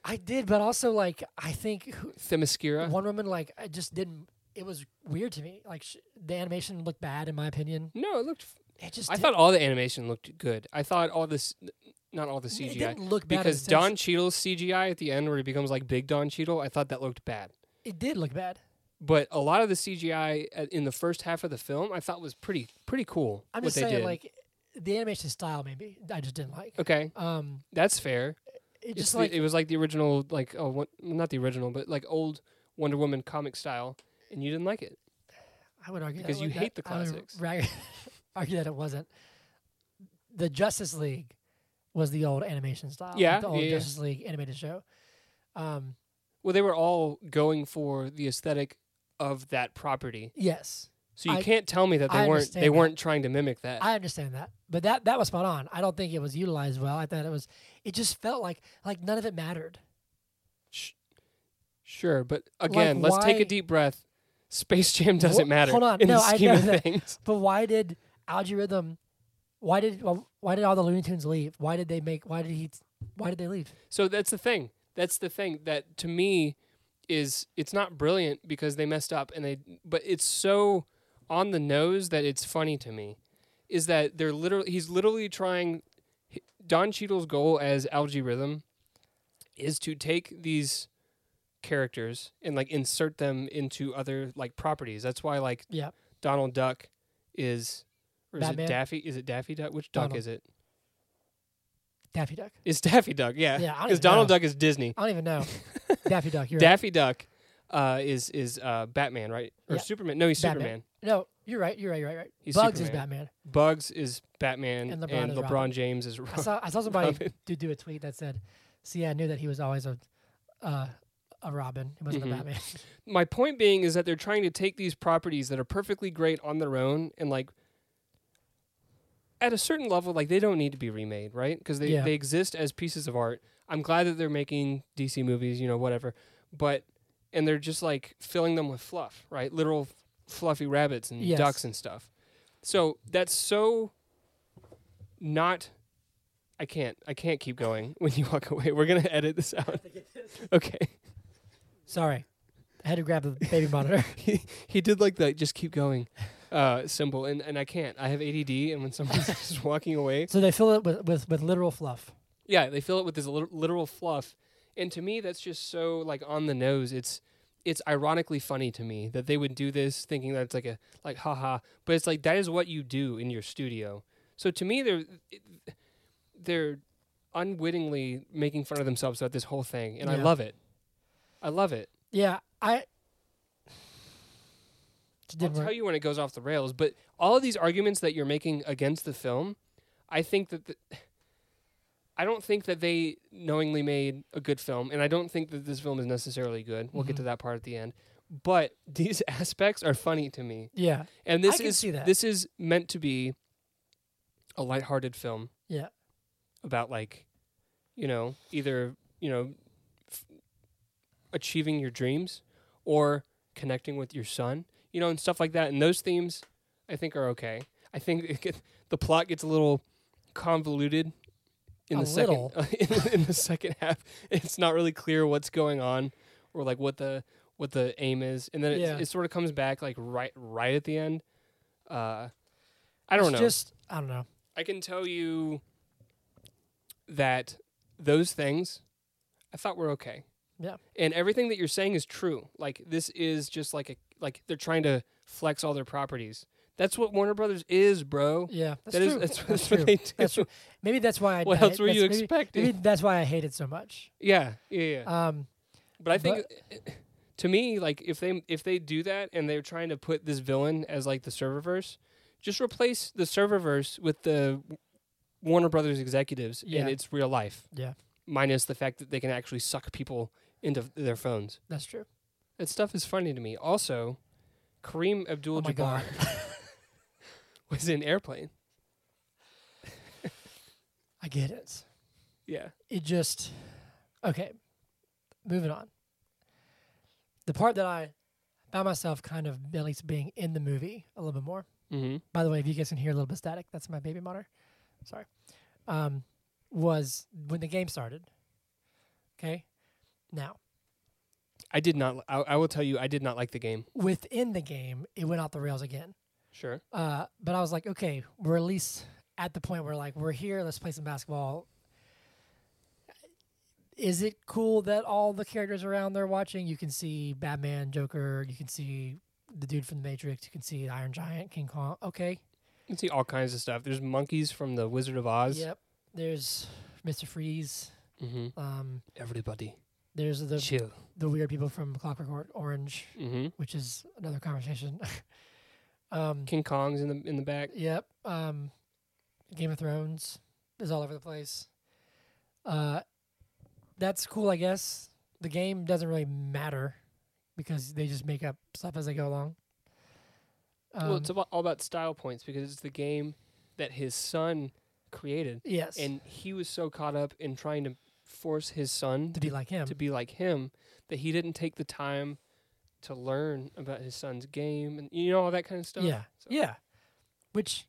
[SPEAKER 1] I did, but also like I think who-
[SPEAKER 2] Themyscira.
[SPEAKER 1] One Woman like I just didn't. It was weird to me. Like sh- the animation looked bad in my opinion.
[SPEAKER 2] No, it looked. f-
[SPEAKER 1] It just
[SPEAKER 2] I
[SPEAKER 1] did-
[SPEAKER 2] thought all the animation looked good. I thought all this, not all the
[SPEAKER 1] It
[SPEAKER 2] CGI,
[SPEAKER 1] didn't look bad in the
[SPEAKER 2] because
[SPEAKER 1] sense-
[SPEAKER 2] Don Cheadle's CGI at the end where he becomes like Big Don Cheadle, I thought that looked bad.
[SPEAKER 1] It did look bad.
[SPEAKER 2] But a lot of the CGI at- in the first half of the film, I thought was pretty pretty cool.
[SPEAKER 1] I'm
[SPEAKER 2] what
[SPEAKER 1] just
[SPEAKER 2] they
[SPEAKER 1] saying,
[SPEAKER 2] did.
[SPEAKER 1] like the animation style, maybe I just didn't like.
[SPEAKER 2] okay,
[SPEAKER 1] Um,
[SPEAKER 2] that's fair.
[SPEAKER 1] it
[SPEAKER 2] It's
[SPEAKER 1] just
[SPEAKER 2] the-
[SPEAKER 1] like
[SPEAKER 2] it was like the original, like oh, what, not the original, but like old Wonder Woman comic style, and you didn't like it.
[SPEAKER 1] I would argue that
[SPEAKER 2] because you
[SPEAKER 1] would- that-
[SPEAKER 2] hate the
[SPEAKER 1] I would
[SPEAKER 2] classics.
[SPEAKER 1] rag- <laughs> argue that it wasn't. The Justice League was the old animation style. like
[SPEAKER 2] Yeah,
[SPEAKER 1] the old
[SPEAKER 2] yeah, yeah.
[SPEAKER 1] Justice League animated show. Um,
[SPEAKER 2] Well, they were all going for the aesthetic of that property.
[SPEAKER 1] yes,
[SPEAKER 2] So you
[SPEAKER 1] I-
[SPEAKER 2] can't tell me that they
[SPEAKER 1] I
[SPEAKER 2] weren't
[SPEAKER 1] understand
[SPEAKER 2] they
[SPEAKER 1] that.
[SPEAKER 2] weren't trying to mimic that.
[SPEAKER 1] I understand that, but that that was spot on. I don't think it was utilized well. I thought it was. It just felt like like none of it mattered.
[SPEAKER 2] sure, but again,
[SPEAKER 1] Like,
[SPEAKER 2] let's take
[SPEAKER 1] why-
[SPEAKER 2] a deep breath. Space Jam doesn't
[SPEAKER 1] Wha-
[SPEAKER 2] matter
[SPEAKER 1] hold on,
[SPEAKER 2] in
[SPEAKER 1] no,
[SPEAKER 2] the
[SPEAKER 1] I
[SPEAKER 2] scheme
[SPEAKER 1] know
[SPEAKER 2] of
[SPEAKER 1] that.
[SPEAKER 2] things.
[SPEAKER 1] But why did algorithm? Why did well, why did all the Looney Tunes leave? Why did they make? Why did he? Why did they leave?
[SPEAKER 2] So that's the thing. That's the thing that to me is it's not brilliant because they messed up and they but it's so on the nose that it's funny to me is that they're literally he's literally trying hi- Don Cheadle's goal as Algae Rhythm is to take these characters and like insert them into other like properties. That's why like
[SPEAKER 1] Yeah.
[SPEAKER 2] Donald Duck is or is
[SPEAKER 1] Batman?
[SPEAKER 2] it Daffy? Is it Daffy Duck? Which duck
[SPEAKER 1] Donald.
[SPEAKER 2] is it?
[SPEAKER 1] Daffy Duck.
[SPEAKER 2] It's Daffy Duck,
[SPEAKER 1] Yeah,
[SPEAKER 2] yeah.
[SPEAKER 1] I don't
[SPEAKER 2] Because
[SPEAKER 1] even
[SPEAKER 2] Donald
[SPEAKER 1] know.
[SPEAKER 2] Duck is Disney.
[SPEAKER 1] I don't even
[SPEAKER 2] <laughs>
[SPEAKER 1] know. Daffy Duck. You're
[SPEAKER 2] Daffy Duck uh, is is uh, Batman, right? Or
[SPEAKER 1] Yeah.
[SPEAKER 2] Superman? No, he's
[SPEAKER 1] Batman.
[SPEAKER 2] Superman.
[SPEAKER 1] right. No, you're right. You're right. You're right. Right.
[SPEAKER 2] He's
[SPEAKER 1] Bugs is
[SPEAKER 2] Superman.
[SPEAKER 1] Batman.
[SPEAKER 2] Bugs is Batman,
[SPEAKER 1] And
[SPEAKER 2] and
[SPEAKER 1] LeBron
[SPEAKER 2] LeBron,
[SPEAKER 1] is Robin.
[SPEAKER 2] James is
[SPEAKER 1] I saw I
[SPEAKER 2] <laughs>
[SPEAKER 1] saw somebody
[SPEAKER 2] Robin.
[SPEAKER 1] do, do a tweet that said, "See, I knew that he was always a uh, a Robin. It wasn't a
[SPEAKER 2] Mhm.
[SPEAKER 1] Batman." <laughs>
[SPEAKER 2] My point being is that they're trying to take these properties that are perfectly great on their own and like at a certain level, like they don't need to be remade, right? Because they,
[SPEAKER 1] Yeah.
[SPEAKER 2] they exist as pieces of art. I'm glad that they're making DC movies, you know, whatever. But and they're just like filling them with fluff, right? Literal f- fluffy rabbits and
[SPEAKER 1] Yes.
[SPEAKER 2] ducks and stuff. So that's so not I can't I can't keep going <laughs> when you walk away. We're gonna edit this out. Okay.
[SPEAKER 1] Sorry, I had to grab the baby monitor. <laughs>
[SPEAKER 2] <laughs> He he did like the just keep going uh symbol and, and I can't. I have ADD and when someone's <laughs> just walking away.
[SPEAKER 1] so they fill it with with, with literal fluff.
[SPEAKER 2] Yeah, they fill it with this lit- literal fluff. And to me that's just so like on the nose. It's it's ironically funny to me that they would do this thinking that it's like a like haha, but it's like that is what you do in your studio. So to me, they're they're unwittingly making fun of themselves about this whole thing, and I
[SPEAKER 1] Yeah.
[SPEAKER 2] love it. I love it.
[SPEAKER 1] Yeah, I. It
[SPEAKER 2] I'll
[SPEAKER 1] did work.
[SPEAKER 2] tell you when it goes off the rails. But all of these arguments that you're making against the film, I think that the, I don't think that they knowingly made a good film, and I don't think that this film is necessarily good. We'll get
[SPEAKER 1] Mhm.
[SPEAKER 2] to that part at the end. But these <laughs> aspects are funny to me,
[SPEAKER 1] yeah,
[SPEAKER 2] and this
[SPEAKER 1] can
[SPEAKER 2] is
[SPEAKER 1] see that.
[SPEAKER 2] this is meant to be a lighthearted film.
[SPEAKER 1] Yeah.
[SPEAKER 2] about like, you know, either you know, f- achieving your dreams or connecting with your son, you know, and stuff like that. And those themes, I think, are okay. I think it get, the plot gets a little convoluted in
[SPEAKER 1] A
[SPEAKER 2] the second
[SPEAKER 1] little.
[SPEAKER 2] in, <laughs> in the second half. It's not really clear what's going on or like what the what the aim is, and then it,
[SPEAKER 1] Yeah.
[SPEAKER 2] it sort of comes back like right right at the end. Uh, I
[SPEAKER 1] it's
[SPEAKER 2] don't know.
[SPEAKER 1] Just I don't know.
[SPEAKER 2] I can tell you that those things I thought were okay.
[SPEAKER 1] Yeah.
[SPEAKER 2] And everything that you're saying is true. Like this is just like a like they're trying to flex all their properties. That's what Warner Brothers is, bro.
[SPEAKER 1] Yeah, that's
[SPEAKER 2] That is-
[SPEAKER 1] true.
[SPEAKER 2] that's-
[SPEAKER 1] that's,
[SPEAKER 2] that's what
[SPEAKER 1] true.
[SPEAKER 2] they do.
[SPEAKER 1] <laughs> That's true. Maybe that's why I.
[SPEAKER 2] What
[SPEAKER 1] I
[SPEAKER 2] else
[SPEAKER 1] hate-
[SPEAKER 2] were
[SPEAKER 1] that's
[SPEAKER 2] you
[SPEAKER 1] maybe-
[SPEAKER 2] expecting?
[SPEAKER 1] Maybe that's why I hate it so much.
[SPEAKER 2] Yeah, yeah, yeah.
[SPEAKER 1] Um,
[SPEAKER 2] but I think <laughs> to me, like if they if they do that and they're trying to put this villain as like the serververse, just replace the serververse with the Warner Brothers executives
[SPEAKER 1] Yeah.
[SPEAKER 2] and it's real life.
[SPEAKER 1] Yeah.
[SPEAKER 2] Minus the fact that they can actually suck people into their phones.
[SPEAKER 1] that's true.
[SPEAKER 2] That stuff is funny to me. Also, Kareem
[SPEAKER 1] Oh
[SPEAKER 2] Abdul
[SPEAKER 1] my
[SPEAKER 2] Jabbar
[SPEAKER 1] god.
[SPEAKER 2] <laughs> was in airplane.
[SPEAKER 1] I get it.
[SPEAKER 2] Yeah.
[SPEAKER 1] It just okay. Moving on. The part that I found myself kind of at least being in the movie a little bit more.
[SPEAKER 2] Mm-hmm.
[SPEAKER 1] By the way, if you guys can hear a little bit static, that's my baby monitor. Sorry. Um, was when the game started. Okay. Now,
[SPEAKER 2] I did not. I, I will tell you, I did not like the game.
[SPEAKER 1] within the game, it went off the rails again.
[SPEAKER 2] Sure.
[SPEAKER 1] Uh, but I was like, okay, we're at least at the point where like we're here. Let's play some basketball. Is it cool that all the characters around there watching? You can see Batman, Joker. You can see the dude from the Matrix. You can see Iron Giant, King Kong. Okay,
[SPEAKER 2] You can see all kinds of stuff. There's monkeys from the Wizard of Oz.
[SPEAKER 1] yep. There's Mister Freeze.
[SPEAKER 2] Mm-hmm.
[SPEAKER 1] Um,
[SPEAKER 2] Everybody,
[SPEAKER 1] there's the
[SPEAKER 2] chill.
[SPEAKER 1] the weird people from Clockwork Or- Orange,
[SPEAKER 2] Mm-hmm.
[SPEAKER 1] which is another conversation. <laughs> um,
[SPEAKER 2] King Kong's in the in the back.
[SPEAKER 1] Yep. Um, Game of Thrones is all over the place. Uh, that's cool, I guess. The game doesn't really matter because they just make up stuff as they go along. Um,
[SPEAKER 2] well, it's about, all about style points because it's the game that his son created,
[SPEAKER 1] yes,
[SPEAKER 2] and he was so caught up in trying to force his son
[SPEAKER 1] to be like him.
[SPEAKER 2] to be like him that he didn't take the time to learn about his son's game and you know all that kind of stuff.
[SPEAKER 1] Yeah.
[SPEAKER 2] So-
[SPEAKER 1] Yeah. Which,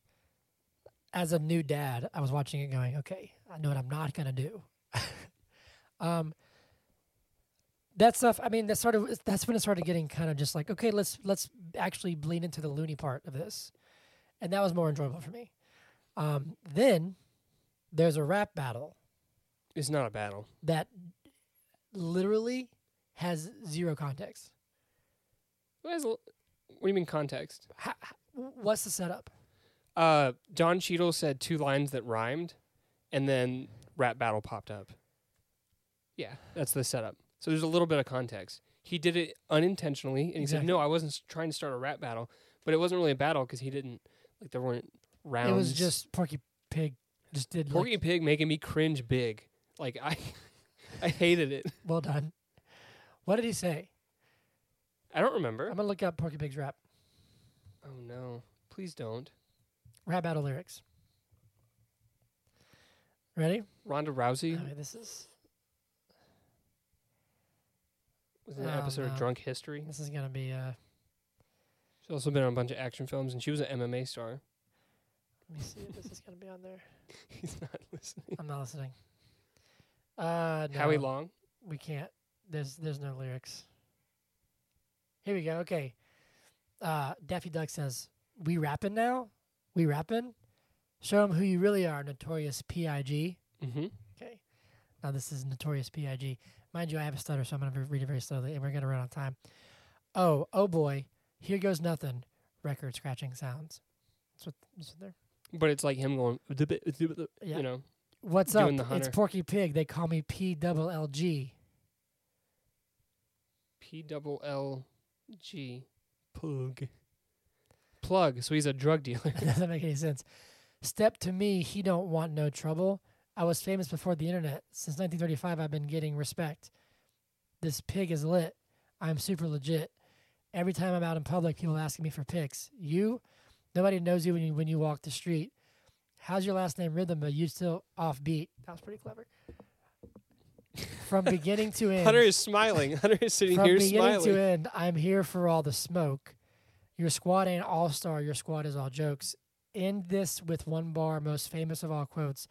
[SPEAKER 1] as a new dad, I was watching it going, okay, I know what I'm not going to do. <laughs> um, that stuff, I mean, that started, that's when it started getting kind of just like, okay, let's, let's actually lean into the loony part of this. And that was more enjoyable for me. Um, then there's a rap battle
[SPEAKER 2] It's not a battle.
[SPEAKER 1] that literally has zero context.
[SPEAKER 2] What is- what do you mean context?
[SPEAKER 1] How, what's the setup?
[SPEAKER 2] Uh, Don Cheadle said two lines that rhymed, and then rap battle popped up. Yeah, that's the setup. So there's a little bit of context. He did it unintentionally, and he
[SPEAKER 1] Exactly.
[SPEAKER 2] said, "No, I wasn't s- trying to start a rap battle, but it wasn't really a battle because he didn't like there weren't rounds."
[SPEAKER 1] It was just Porky Pig just did like,
[SPEAKER 2] Porky Pig making me cringe big. Like I, <laughs> I hated it.
[SPEAKER 1] Well done. What did he say?
[SPEAKER 2] I don't remember.
[SPEAKER 1] I'm gonna look up Porky Pig's rap
[SPEAKER 2] Oh no! Please don't.
[SPEAKER 1] rap battle lyrics. Ready?
[SPEAKER 2] Ronda Rousey
[SPEAKER 1] Okay, this is
[SPEAKER 2] was in an
[SPEAKER 1] Oh,
[SPEAKER 2] episode
[SPEAKER 1] no.
[SPEAKER 2] of Drunk History.
[SPEAKER 1] this is gonna be. Uh,
[SPEAKER 2] She's also been on a bunch of action films, and she was an MMA star. <laughs>
[SPEAKER 1] let me see if this is gonna be on there.
[SPEAKER 2] He's not listening.
[SPEAKER 1] I'm not listening. Uh, no,
[SPEAKER 2] <laughs> Howie Long.
[SPEAKER 1] we can't. There's there's no lyrics. Here we go. Okay. Uh, Daffy Duck says, "We rapping now. We rapping. Show 'em who you really are, notorious P.I.G."
[SPEAKER 2] Mm-hmm.
[SPEAKER 1] Okay. Now this is Notorious B.I.G. Mind you, I have a stutter, so I'm going to read it very slowly, and we're going to run out of time. Oh, oh boy, here goes nothing. Record scratching sounds. That's what, that's what they're.
[SPEAKER 2] But it's like him going,
[SPEAKER 1] Yeah.
[SPEAKER 2] you know,
[SPEAKER 1] What's
[SPEAKER 2] Doing the
[SPEAKER 1] up? It's
[SPEAKER 2] hunter.
[SPEAKER 1] Porky Pig. They call me P double L G.
[SPEAKER 2] P double L G, plug, plug. So he's a
[SPEAKER 1] <laughs>
[SPEAKER 2] drug dealer.
[SPEAKER 1] It doesn't make any sense. Step to me, he don't want no trouble. I was famous before the internet. Since 1935, I've been getting respect. This pig is lit. I'm super legit. Every time I'm out in public, people asking me for pics. You, nobody knows you when you when you walk the street. How's your last name rhythm? But you still offbeat. That was pretty clever. From beginning <laughs> to end.
[SPEAKER 2] Hunter is smiling. Hunter is sitting
[SPEAKER 1] From
[SPEAKER 2] here
[SPEAKER 1] beginning
[SPEAKER 2] smiling.
[SPEAKER 1] to end, I'm here for all the smoke. Your squad ain't all star. Your squad is all jokes. End this with one bar, most famous of all quotes.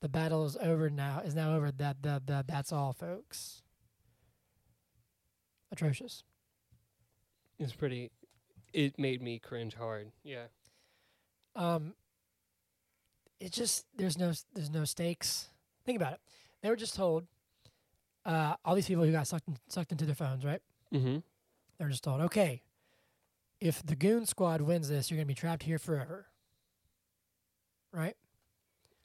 [SPEAKER 1] The battle is over now. Is now over. That that that. That's all, folks. Atrocious.
[SPEAKER 2] It's pretty. It made me cringe hard. Yeah.
[SPEAKER 1] Um. It just there's no there's no stakes. Think about it. They were just told. Uh, all these people who got sucked in, sucked into their phones, right?
[SPEAKER 2] Mm-hmm.
[SPEAKER 1] They're just told, okay, if the goon squad wins this, you're going to be trapped here forever. Right?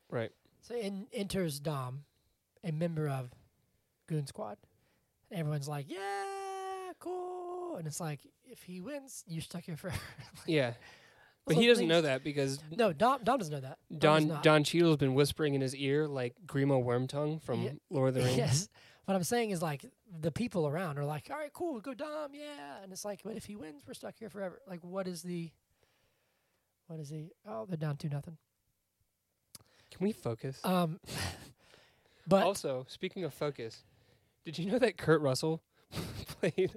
[SPEAKER 2] Right.
[SPEAKER 1] So in enters Dom, a member of goon squad. And everyone's like, yeah, cool. And it's like, if he wins, you're stuck here forever. <laughs>
[SPEAKER 2] Yeah. But
[SPEAKER 1] So
[SPEAKER 2] he doesn't
[SPEAKER 1] things-
[SPEAKER 2] know that because
[SPEAKER 1] No, Dom, Dom doesn't know that. Dom does
[SPEAKER 2] Don
[SPEAKER 1] not.
[SPEAKER 2] Don Cheadle's been whispering in his ear like Grimo Wormtongue from
[SPEAKER 1] Yeah.
[SPEAKER 2] Lord of the Rings.
[SPEAKER 1] Yes. What I'm saying is like the people around are like, all right, cool, go Dom, yeah. And it's like, but if he wins, we're stuck here forever. Like, what is the, what is the? Oh, they're down two nothing.
[SPEAKER 2] Can we focus?
[SPEAKER 1] Um, <laughs> but
[SPEAKER 2] also, speaking of focus, did you know that Kurt Russell <laughs> played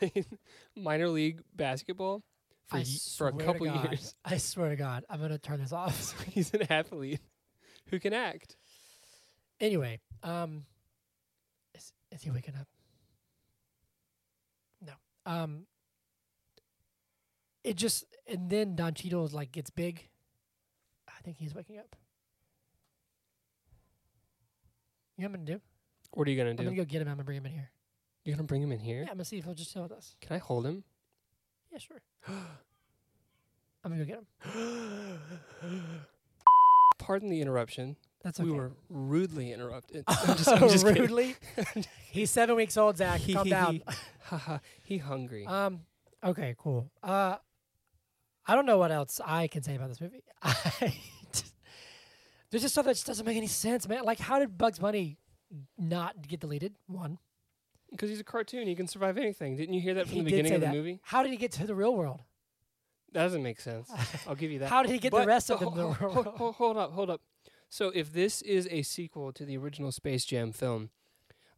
[SPEAKER 2] played minor league basketball for
[SPEAKER 1] I
[SPEAKER 2] ye- for a
[SPEAKER 1] swear to
[SPEAKER 2] couple
[SPEAKER 1] God,
[SPEAKER 2] years? <laughs>
[SPEAKER 1] I swear to God, I'm gonna turn this off. <laughs>
[SPEAKER 2] So he's an athlete who can act.
[SPEAKER 1] anyway, um, is, is he waking up? No. Um, it just and then Don Cheadle is like gets big. I think he's waking up. You know what I'm gonna do?
[SPEAKER 2] What are you gonna
[SPEAKER 1] I'm
[SPEAKER 2] do?
[SPEAKER 1] gonna go get him. I'm gonna bring him in here.
[SPEAKER 2] You're gonna bring him in here?
[SPEAKER 1] Yeah, I'm gonna see if he'll just chill with us.
[SPEAKER 2] Can I
[SPEAKER 1] <gasps>
[SPEAKER 2] hold him?
[SPEAKER 1] Yeah, sure. <gasps> I'm gonna go get him.
[SPEAKER 2] Pardon the interruption.
[SPEAKER 1] That's okay. Oh, <laughs>
[SPEAKER 2] We were <laughs> rudely interrupted. <laughs> I'm just, I'm just kidding.
[SPEAKER 1] rudely.
[SPEAKER 2] <laughs>
[SPEAKER 1] He's seven weeks old, Zach. Calm down.
[SPEAKER 2] Haha, he hungry.
[SPEAKER 1] Um. Okay. Cool. Uh, I don't know what else I can say about this movie. <laughs> I just- there's just stuff that just doesn't make any sense, man. Like, how did Bugs Bunny not get deleted? One.
[SPEAKER 2] Because he's a cartoon, he can survive anything. Didn't you hear that from
[SPEAKER 1] He
[SPEAKER 2] the
[SPEAKER 1] did
[SPEAKER 2] beginning
[SPEAKER 1] say
[SPEAKER 2] of the
[SPEAKER 1] that.
[SPEAKER 2] movie?
[SPEAKER 1] How did he get to the real world?
[SPEAKER 2] That doesn't make sense.
[SPEAKER 1] <laughs>
[SPEAKER 2] I'll give you that.
[SPEAKER 1] How did he get the
[SPEAKER 2] But-
[SPEAKER 1] rest of
[SPEAKER 2] ho- <laughs>
[SPEAKER 1] them the
[SPEAKER 2] ho-
[SPEAKER 1] real
[SPEAKER 2] ho-
[SPEAKER 1] world?
[SPEAKER 2] ho- Hold up, hold up. So if this is a sequel to the original Space Jam film,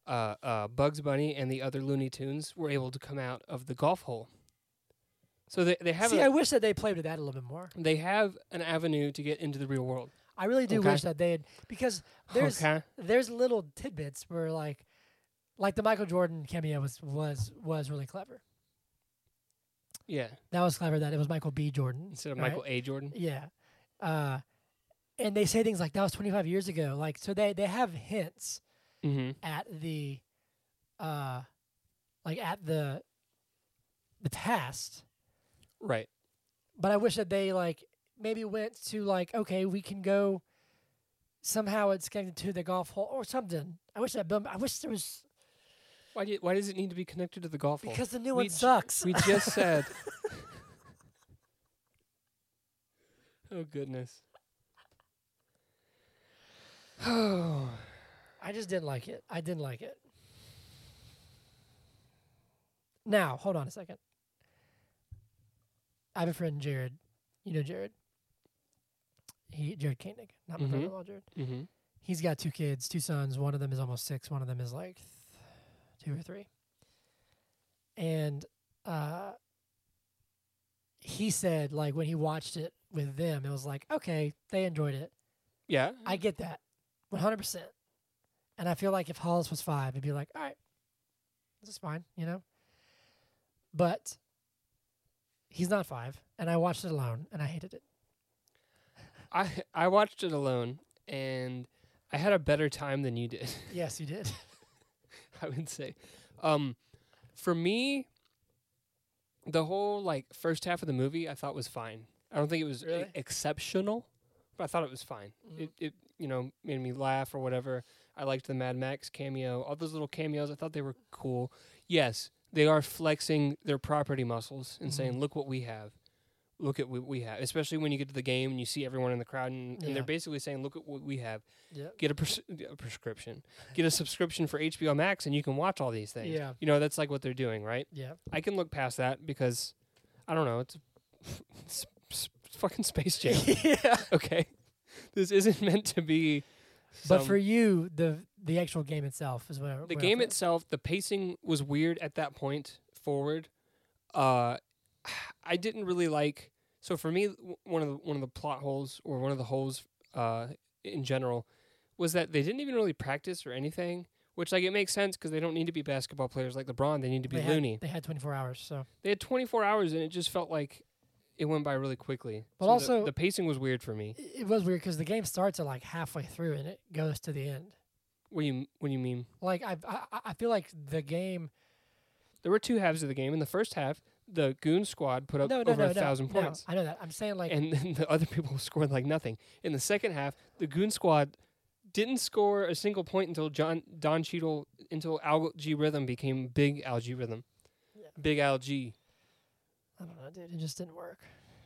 [SPEAKER 2] uh, uh, Bugs Bunny and the other Looney Tunes were able to come out of the golf hole. So they they
[SPEAKER 1] <laughs>
[SPEAKER 2] have
[SPEAKER 1] See,
[SPEAKER 2] a,
[SPEAKER 1] I wish that they played with that a little bit more.
[SPEAKER 2] they have an avenue to get into the real world.
[SPEAKER 1] I really do
[SPEAKER 2] Okay.
[SPEAKER 1] wish that they had because there's
[SPEAKER 2] okay.
[SPEAKER 1] there's little tidbits where like like the Michael Jordan cameo was was was really clever.
[SPEAKER 2] Yeah.
[SPEAKER 1] That was clever that it was Michael B. Jordan
[SPEAKER 2] Instead of
[SPEAKER 1] right?
[SPEAKER 2] Michael A. Jordan.
[SPEAKER 1] Yeah. Uh, and they say things like that was 25 years ago. Like, so they, they have hints
[SPEAKER 2] Mm-hmm.
[SPEAKER 1] at the, uh, like at the, the past.
[SPEAKER 2] Right.
[SPEAKER 1] But I wish that they like maybe went to like, okay, we can go somehow it's connected to the golf hole or something. I wish that Bill, I wish there was,
[SPEAKER 2] Why, do, why does it need to be connected to the golf hole?
[SPEAKER 1] because the new one
[SPEAKER 2] We ju-
[SPEAKER 1] sucks.
[SPEAKER 2] We just
[SPEAKER 1] <laughs>
[SPEAKER 2] said. oh goodness. Oh,
[SPEAKER 1] <sighs> I just didn't like it. I didn't like it. Now, hold on a second. I have a friend, Jared. You know Jared. He Jared Koenig, not my
[SPEAKER 2] Mhm.
[SPEAKER 1] friend-in-law, Jared.
[SPEAKER 2] mm-hmm.
[SPEAKER 1] He's got two kids, two sons. One of them is almost six. One of them is like th- two or three. And uh, he said, like when he watched it with them, it was like, okay, they enjoyed it.
[SPEAKER 2] yeah.
[SPEAKER 1] I get that, one hundred percent. And I feel like if Hollis was five, it'd be like, all right, this is fine, you know. But he's not five, and I watched it alone, and I hated it.
[SPEAKER 2] I I watched it alone, and I had a better time than you did. <laughs>
[SPEAKER 1] Yes, you did.
[SPEAKER 2] I would say, um, for me, the whole like first half of the movie I thought was fine. I don't think it was e-
[SPEAKER 1] Really?
[SPEAKER 2] exceptional, but I thought it was fine.
[SPEAKER 1] Mhm.
[SPEAKER 2] It it you know made me laugh or whatever. I liked the Mad Max cameo. All those little cameos, I thought they were cool. Yes, they are flexing their property muscles
[SPEAKER 1] Mm-hmm.
[SPEAKER 2] and saying, "Look what we have." Look at what we have, especially when you get to the game and you see everyone in the crowd, and, and
[SPEAKER 1] Yeah.
[SPEAKER 2] they're basically saying, "Look at what we have.
[SPEAKER 1] Yeah.
[SPEAKER 2] Get a, pres- a prescription, get a subscription for HBO Max, and you can watch all these things."
[SPEAKER 1] Yeah.
[SPEAKER 2] you know that's like what they're doing, right?
[SPEAKER 1] Yeah.
[SPEAKER 2] I can look past that because I don't know. It's, <laughs> it's, it's fucking Space Jam.
[SPEAKER 1] <laughs> yeah.
[SPEAKER 2] okay, this isn't meant to be.
[SPEAKER 1] But
[SPEAKER 2] some-
[SPEAKER 1] for you, the the actual game itself is what I-
[SPEAKER 2] the
[SPEAKER 1] what I
[SPEAKER 2] game
[SPEAKER 1] thought.
[SPEAKER 2] itself, the pacing was weird at that point forward. Uh, <sighs> I didn't really like. So for me, w- one of the one of the plot holes or one of the holes uh, in general was that they didn't even really practice or anything. Which like it makes sense because they don't need to be basketball players like LeBron. They need to be
[SPEAKER 1] they had,
[SPEAKER 2] loony.
[SPEAKER 1] They had 24 hours, so
[SPEAKER 2] they had 24 hours and it just felt like it went by really quickly.
[SPEAKER 1] But
[SPEAKER 2] So the-
[SPEAKER 1] also-
[SPEAKER 2] the, pacing was weird for me.
[SPEAKER 1] it it was weird because the game starts at like halfway through and it goes to the end.
[SPEAKER 2] What do you what do you mean?
[SPEAKER 1] Like I I, I feel like the game.
[SPEAKER 2] There were two halves of the game. In the first half, the Goon Squad put up
[SPEAKER 1] no, no,
[SPEAKER 2] over
[SPEAKER 1] no, no,
[SPEAKER 2] a thousand
[SPEAKER 1] no,
[SPEAKER 2] points,
[SPEAKER 1] I know that. I'm saying like
[SPEAKER 2] <laughs> and then the other people scored like nothing. In the second half, the Goon Squad didn't score a single point until John Don Cheadle until Algae Rhythm became Big Algae Rhythm,
[SPEAKER 1] Yeah.
[SPEAKER 2] Big Algae,
[SPEAKER 1] I don't know, dude. It just didn't work.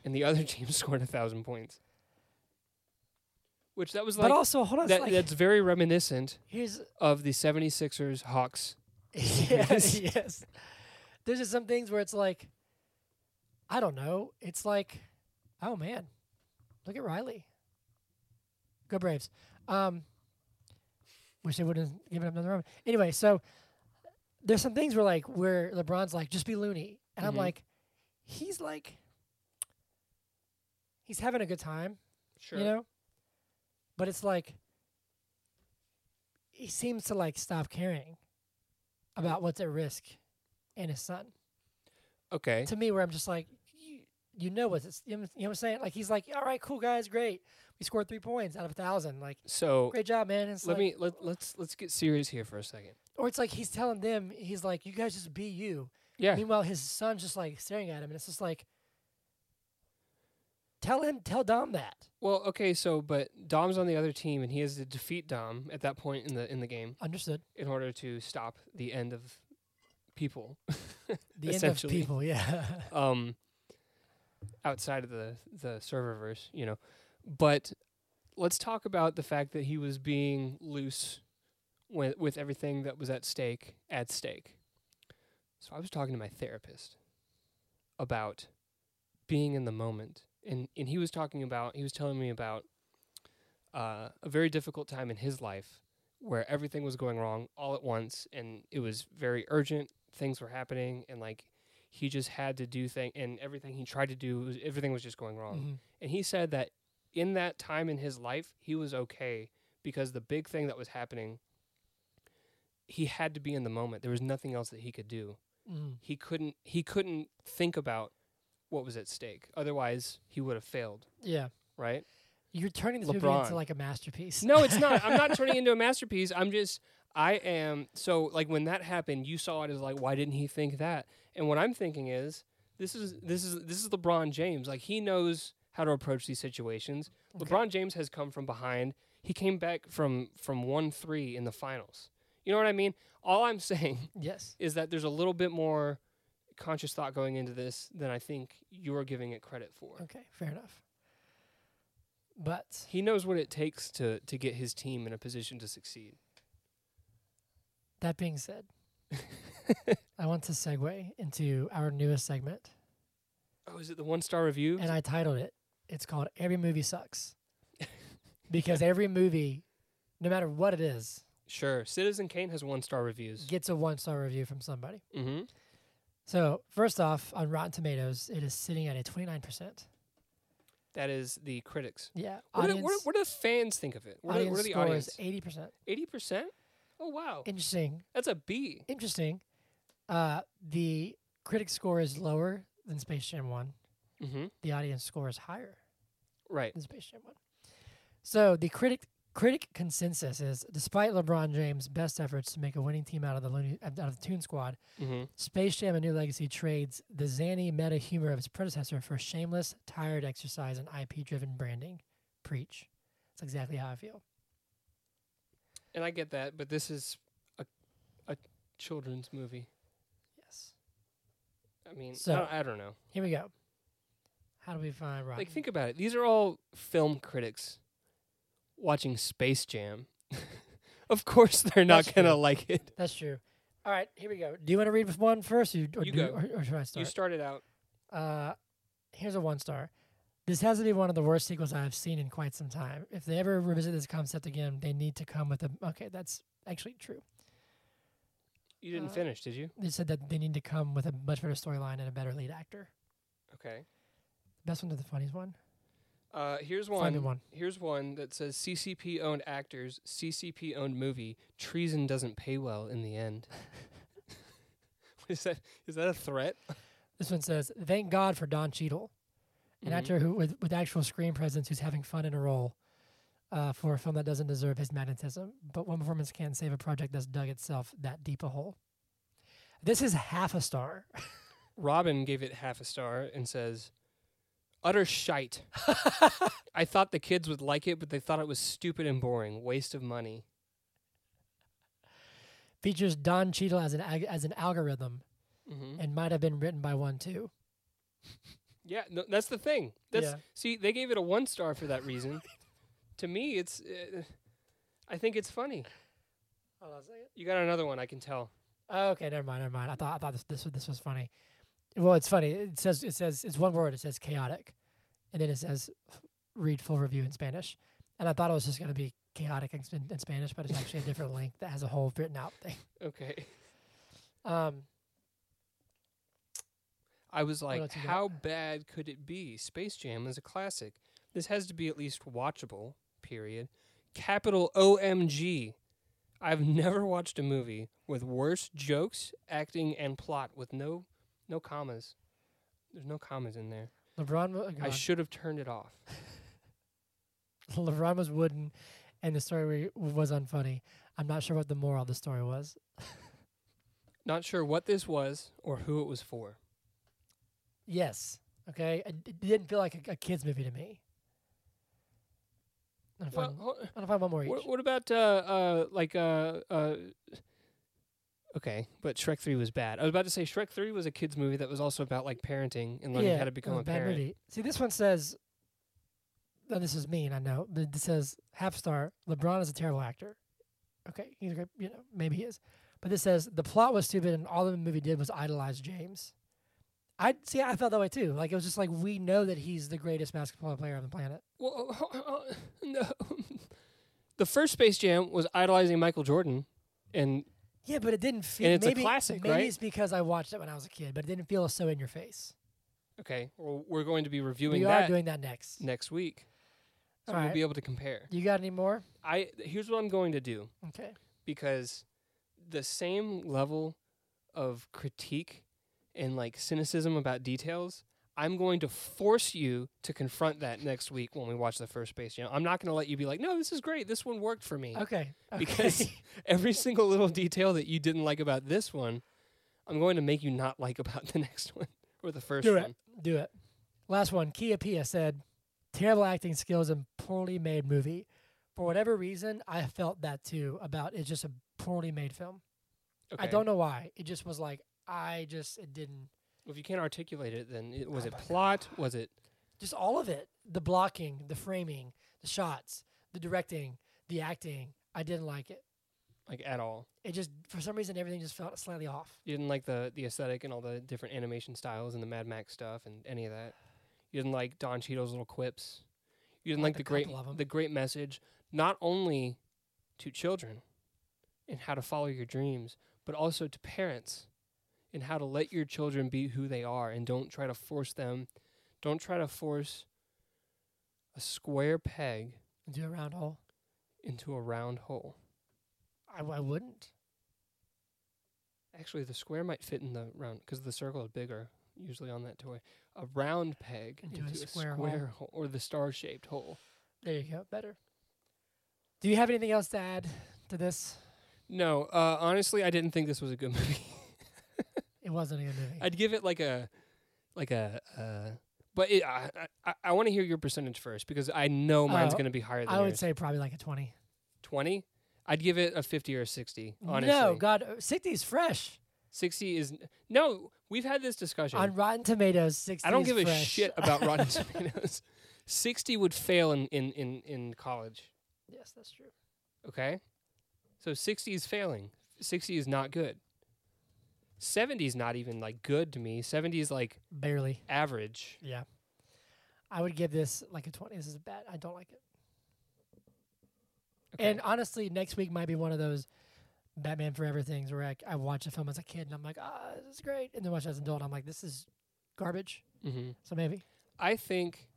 [SPEAKER 2] and the other <laughs> team scored a thousand points. Which that was like
[SPEAKER 1] but also, hold on. it's
[SPEAKER 2] that,
[SPEAKER 1] like,
[SPEAKER 2] that's very reminiscent
[SPEAKER 1] <laughs>
[SPEAKER 2] <laughs>
[SPEAKER 1] here's <laughs>
[SPEAKER 2] of the 76ers Hawks.
[SPEAKER 1] yes, yes. There's just some things where it's like, I don't know. It's like, oh man, look at Riley. Go Braves. Um, wish they wouldn't have given him another run. Anyway, so there's some things where like where LeBron's like, just be loony, and I'm
[SPEAKER 2] Mhm.
[SPEAKER 1] like, he's like, he's having a good time
[SPEAKER 2] Sure.
[SPEAKER 1] you know but it's like he seems to like stop caring about what's at risk and his son
[SPEAKER 2] Okay.
[SPEAKER 1] to me where i'm just like you, you know what's it's, you know what i'm saying like he's like all right cool guys great we scored three points out of a thousand like
[SPEAKER 2] So
[SPEAKER 1] great job man And it's
[SPEAKER 2] let
[SPEAKER 1] like,
[SPEAKER 2] me let, let's let's get serious here for a second.
[SPEAKER 1] or it's like he's telling them he's like you guys just be you
[SPEAKER 2] Yeah.
[SPEAKER 1] meanwhile his son's just like staring at him and it's just like tell him tell dom that
[SPEAKER 2] Well, okay. So, but Dom's on the other team, and he has to defeat Dom at that point in the in the game
[SPEAKER 1] understood
[SPEAKER 2] in order to stop the end of people <laughs>
[SPEAKER 1] the end of
[SPEAKER 2] Essentially.
[SPEAKER 1] people
[SPEAKER 2] <laughs>
[SPEAKER 1] yeah
[SPEAKER 2] um, outside of the the serververse, you know. But let's talk about the fact that he was being loose with with everything that was at stake at stake. So I was talking to my therapist about being in the moment, and and he was talking about he was telling me about uh, a very difficult time in his life where everything was going wrong all at once, and it was very urgent. Things were happening, and like he just had to do thing, and everything he tried to do, was, everything was just going wrong.
[SPEAKER 1] Mhm.
[SPEAKER 2] And he said that in that time in his life, he was okay because the big thing that was happening, he had to be in the moment. There was nothing else that he could do.
[SPEAKER 1] Mhm.
[SPEAKER 2] He couldn't he couldn't think about what was at stake. Otherwise, he would have failed,
[SPEAKER 1] yeah
[SPEAKER 2] right?
[SPEAKER 1] You're turning this movie
[SPEAKER 2] LeBron.
[SPEAKER 1] into like a masterpiece.
[SPEAKER 2] <laughs> No, it's not.
[SPEAKER 1] <laughs>
[SPEAKER 2] I'm not turning it into a masterpiece. I'm just I am so like when that happened, you saw it as like, why didn't he think that? And what I'm thinking is this is this is this is LeBron James. Like he knows how to approach these situations. LeBron James has come from behind. He came back from from one three in the finals. You know what I mean? All I'm <laughs> saying
[SPEAKER 1] Yes.
[SPEAKER 2] is that there's a little bit more conscious thought going into this than I think you're giving it credit for.
[SPEAKER 1] Okay. Fair enough. But
[SPEAKER 2] He knows what it takes to to get his team in a position to succeed.
[SPEAKER 1] that being
[SPEAKER 2] <laughs>
[SPEAKER 1] said, I want to segue into our newest segment,
[SPEAKER 2] Oh, is it the one star review?
[SPEAKER 1] and I titled it. It's called "Every Movie
[SPEAKER 2] <laughs>
[SPEAKER 1] Sucks," because every movie, no matter what it is,
[SPEAKER 2] sure. Citizen Kane has one star reviews.
[SPEAKER 1] gets a one-star review from somebody.
[SPEAKER 2] Mm-hmm.
[SPEAKER 1] So first off, on Rotten Tomatoes, it is sitting at a twenty-nine percent.
[SPEAKER 2] That is the critics.
[SPEAKER 1] Yeah.
[SPEAKER 2] What, do,
[SPEAKER 1] audience
[SPEAKER 2] what, do- what do the fans think of it? What, do-
[SPEAKER 1] audience
[SPEAKER 2] what do the
[SPEAKER 1] score
[SPEAKER 2] audience?
[SPEAKER 1] is eighty percent.
[SPEAKER 2] Eighty percent. Oh wow,
[SPEAKER 1] Interesting.
[SPEAKER 2] that's a B.
[SPEAKER 1] interesting. Uh, the critic score is lower than Space Jam 1.
[SPEAKER 2] Mm-hmm.
[SPEAKER 1] The audience score is higher
[SPEAKER 2] Right.
[SPEAKER 1] than Space Jam 1. So the critic critic consensus is despite LeBron James' best efforts to make a winning team out of the Looney, out of the Toon Squad,
[SPEAKER 2] hmm
[SPEAKER 1] Space Jam: A New Legacy trades the zany meta humor of its predecessor for shameless, tired exercise and IP-driven branding. Preach. That's exactly how I feel.
[SPEAKER 2] And I get that, but this is a a children's movie.
[SPEAKER 1] Yes.
[SPEAKER 2] I mean,
[SPEAKER 1] So-
[SPEAKER 2] I, don't, I don't know.
[SPEAKER 1] Here we go. How do we find Rock?
[SPEAKER 2] Like, think about it. These are all film critics watching Space Jam. <laughs> of course, they're not
[SPEAKER 1] That's
[SPEAKER 2] gonna
[SPEAKER 1] true.
[SPEAKER 2] like it.
[SPEAKER 1] That's true. All right, here we go. Do you want to read with one first, or, or do,
[SPEAKER 2] You go.
[SPEAKER 1] Or, or should I
[SPEAKER 2] You
[SPEAKER 1] start?
[SPEAKER 2] started out.
[SPEAKER 1] uh, here's a one star. This has to be one of the worst sequels I have seen in quite some time. If they ever revisit this concept again, they need to come with a. Okay, that's actually true.
[SPEAKER 2] You didn't
[SPEAKER 1] Uh,
[SPEAKER 2] finish, did you?
[SPEAKER 1] They said that they need to come with a much better storyline and a better lead actor.
[SPEAKER 2] Okay.
[SPEAKER 1] Best one to the funniest one.
[SPEAKER 2] Uh, here's
[SPEAKER 1] Find me
[SPEAKER 2] one.
[SPEAKER 1] one.
[SPEAKER 2] Here's one that says CCP owned actors, CCP owned movie. Treason doesn't pay well in the end. <laughs> What is that? Is that a threat?
[SPEAKER 1] This one says, "Thank God for Don Cheadle, an
[SPEAKER 2] Mhm.
[SPEAKER 1] actor who with with actual screen presence who's having fun in a role." Uh, for a film that doesn't deserve his magnetism, but one performance can save a project that's dug itself that deep a hole. This is half a star. <laughs>
[SPEAKER 2] Robin gave it half a star and says, "Utter shite." I thought the kids would like it, but they thought it was stupid and boring, waste of money.
[SPEAKER 1] features Don Cheadle as an ag- as an algorithm
[SPEAKER 2] hmm
[SPEAKER 1] and might have been written by one too.
[SPEAKER 2] Yeah, no, that's the thing. That's
[SPEAKER 1] Yeah.
[SPEAKER 2] see, they gave it a one star for that reason. to me, it's, uh, I think it's funny.
[SPEAKER 1] Hold on a second.
[SPEAKER 2] You got another one, I can tell.
[SPEAKER 1] Oh, okay, never mind, never mind. I thought I thought this this was- this was funny. Well, it's funny. It says it says it's one word. It says chaotic, and then it says read full review in Spanish. And I thought it was just going to be chaotic in, Sp- in Spanish, but it's actually a different link that has a whole written out thing.
[SPEAKER 2] Okay.
[SPEAKER 1] Um,
[SPEAKER 2] I was like,
[SPEAKER 1] else you got?
[SPEAKER 2] how bad could it be? Space Jam is a classic. This has to be at least watchable, period. Capital OMG. I've <laughs> never watched a movie with worse jokes, acting, and plot with no no commas. There's no commas in there.
[SPEAKER 1] LeBron, wa- go
[SPEAKER 2] I
[SPEAKER 1] on.
[SPEAKER 2] should have turned it off.
[SPEAKER 1] <laughs> LeBron was wooden, and the story wa- was unfunny. I'm not sure what the moral of the story was.
[SPEAKER 2] Not sure what this was or who it was for.
[SPEAKER 1] Yes. Okay. It, it didn't feel like a, a kids movie to me. I'm gonna
[SPEAKER 2] Well,
[SPEAKER 1] find-
[SPEAKER 2] ho-
[SPEAKER 1] I'm gonna find one more each.
[SPEAKER 2] what, what about uh, uh, like uh, uh, okay, but Shrek Three was bad. I was about to say Shrek Three was a kids movie that was also about like parenting and learning
[SPEAKER 1] yeah,
[SPEAKER 2] how to
[SPEAKER 1] it
[SPEAKER 2] become
[SPEAKER 1] was
[SPEAKER 2] a
[SPEAKER 1] bad
[SPEAKER 2] parent.
[SPEAKER 1] movie. See, this one says. Now this is mean. I know. But It says half star. LeBron is a terrible actor. Okay, he's a great. You know, maybe he is. But this says the plot was stupid, and all the movie did was idolize James. I see. I felt that way too. Like it was just like we know that he's the greatest basketball player on the planet.
[SPEAKER 2] Well, <laughs> no, the first Space Jam was idolizing Michael Jordan, and
[SPEAKER 1] Yeah, but it didn't feel.
[SPEAKER 2] And it's a
[SPEAKER 1] maybe,
[SPEAKER 2] classic,
[SPEAKER 1] maybe
[SPEAKER 2] right?
[SPEAKER 1] it's because I watched it when I was a kid, but it didn't feel so in your face.
[SPEAKER 2] okay, well, we're going to be reviewing
[SPEAKER 1] we
[SPEAKER 2] that
[SPEAKER 1] are doing that next.
[SPEAKER 2] next week, so
[SPEAKER 1] All
[SPEAKER 2] we'll
[SPEAKER 1] right.
[SPEAKER 2] be able to compare.
[SPEAKER 1] you got any more?
[SPEAKER 2] I here's what I'm going to do.
[SPEAKER 1] Okay.
[SPEAKER 2] because the same level of critique and like cynicism about details, I'm going to force you to confront that next week when we watch the first Space Jam. I'm not going to let you be like, "No, this is great. This one worked for me."
[SPEAKER 1] Okay. <laughs> okay.
[SPEAKER 2] Because every single little detail that you didn't like about this one, I'm going to make you not like about the <laughs> next one or the first
[SPEAKER 1] do
[SPEAKER 2] one.
[SPEAKER 1] it. Do it. Last one. Kia Pia said, "Terrible acting skills and poorly made movie." For whatever reason, I felt that too about it's just a poorly made film. I
[SPEAKER 2] Okay.
[SPEAKER 1] don't know why. It just was like I just it didn't
[SPEAKER 2] If you can't articulate it, then it, was
[SPEAKER 1] Oh
[SPEAKER 2] it
[SPEAKER 1] my
[SPEAKER 2] plot? Was it
[SPEAKER 1] just all of it. The blocking, the framing, the shots, the directing, the acting. I didn't like it.
[SPEAKER 2] like at all?
[SPEAKER 1] It just for some reason everything just felt slightly off.
[SPEAKER 2] You didn't like the the aesthetic and all the different animation styles and the Mad Max stuff and any of that. You didn't like Don Cheadle's little quips. You didn't
[SPEAKER 1] Liked
[SPEAKER 2] like
[SPEAKER 1] a
[SPEAKER 2] the great
[SPEAKER 1] couple of 'em.
[SPEAKER 2] the great message not only to children and how to follow your dreams, but also to parents and how to let your children be who they are and don't try to force them. Don't try to force a square peg
[SPEAKER 1] Do a round hole.
[SPEAKER 2] into a round hole.
[SPEAKER 1] I, I wouldn't.
[SPEAKER 2] Actually, the square might fit in the round because the circle is bigger usually on that toy. A round peg into, a square, hole. or the star-shaped hole.
[SPEAKER 1] There you go. Better. Do you have anything else to add to this?
[SPEAKER 2] No, uh, honestly, I didn't think this was a good <laughs> movie.
[SPEAKER 1] <laughs> It wasn't a good movie.
[SPEAKER 2] I'd give it like a, like a. Uh, but it, I I, I want to hear your percentage first because I know mine's
[SPEAKER 1] Oh,
[SPEAKER 2] going to be higher than
[SPEAKER 1] I would
[SPEAKER 2] yours.
[SPEAKER 1] say probably like a 20.
[SPEAKER 2] Twenty. I'd give it a fifty or a sixty. Honestly,
[SPEAKER 1] No, God, 60 is fresh.
[SPEAKER 2] sixty is no. We've had this discussion.
[SPEAKER 1] On Rotten Tomatoes, 60
[SPEAKER 2] I don't
[SPEAKER 1] is
[SPEAKER 2] give a
[SPEAKER 1] fresh.
[SPEAKER 2] shit
[SPEAKER 1] <laughs>
[SPEAKER 2] about Rotten Tomatoes. Sixty would fail in in in, in college.
[SPEAKER 1] Yes, that's true.
[SPEAKER 2] Okay? So 60 is failing. 60 is not good. 70 is not even like good to me. 70 is like
[SPEAKER 1] Barely.
[SPEAKER 2] average.
[SPEAKER 1] Yeah. I would give this like a 20. This is bad. I don't like it.
[SPEAKER 2] Okay.
[SPEAKER 1] And honestly, next week might be one of those Batman Forever things where I, I watched a film as a kid and I'm like, ah, this is great. And then watch it as an adult and I'm like, this is garbage.
[SPEAKER 2] Mhm.
[SPEAKER 1] So maybe.
[SPEAKER 2] I think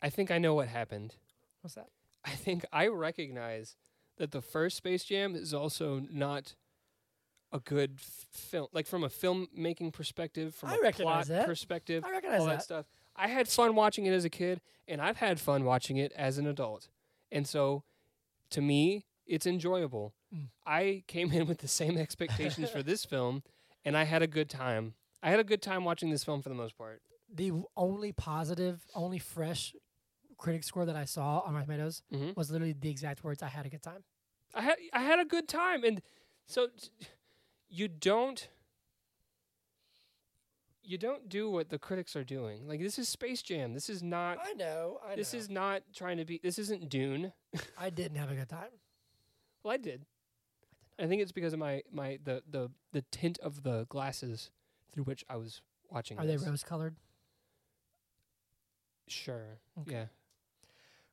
[SPEAKER 2] I think I know what happened.
[SPEAKER 1] What's that?
[SPEAKER 2] I think I recognize that the first Space Jam is also not a good f- film like from a filmmaking perspective, from
[SPEAKER 1] I
[SPEAKER 2] a plot
[SPEAKER 1] recognize that.
[SPEAKER 2] perspective,
[SPEAKER 1] I recognize
[SPEAKER 2] all that
[SPEAKER 1] that.
[SPEAKER 2] stuff. I had fun watching it as a kid and I've had fun watching it as an adult. And so to me, it's enjoyable.
[SPEAKER 1] Mm.
[SPEAKER 2] I came <laughs> in with the same expectations for this film, and I had a good time. I had a good time watching this film for the most part.
[SPEAKER 1] The w- only positive, only fresh critic score that I saw on Rotten Tomatoes
[SPEAKER 2] Mhm.
[SPEAKER 1] was literally the exact words, I had a good time.
[SPEAKER 2] I had I had a good time, and so t- you don't you don't do what the critics are doing. Like this is Space Jam. This is not.
[SPEAKER 1] know. I
[SPEAKER 2] This is not trying to be. This isn't Dune.
[SPEAKER 1] I didn't have a good time.
[SPEAKER 2] Well, I did. I think it's because of my my the the the tint of the glasses through which I was watching.
[SPEAKER 1] Are they
[SPEAKER 2] this.
[SPEAKER 1] rose colored?
[SPEAKER 2] Sure.
[SPEAKER 1] Okay.
[SPEAKER 2] Yeah.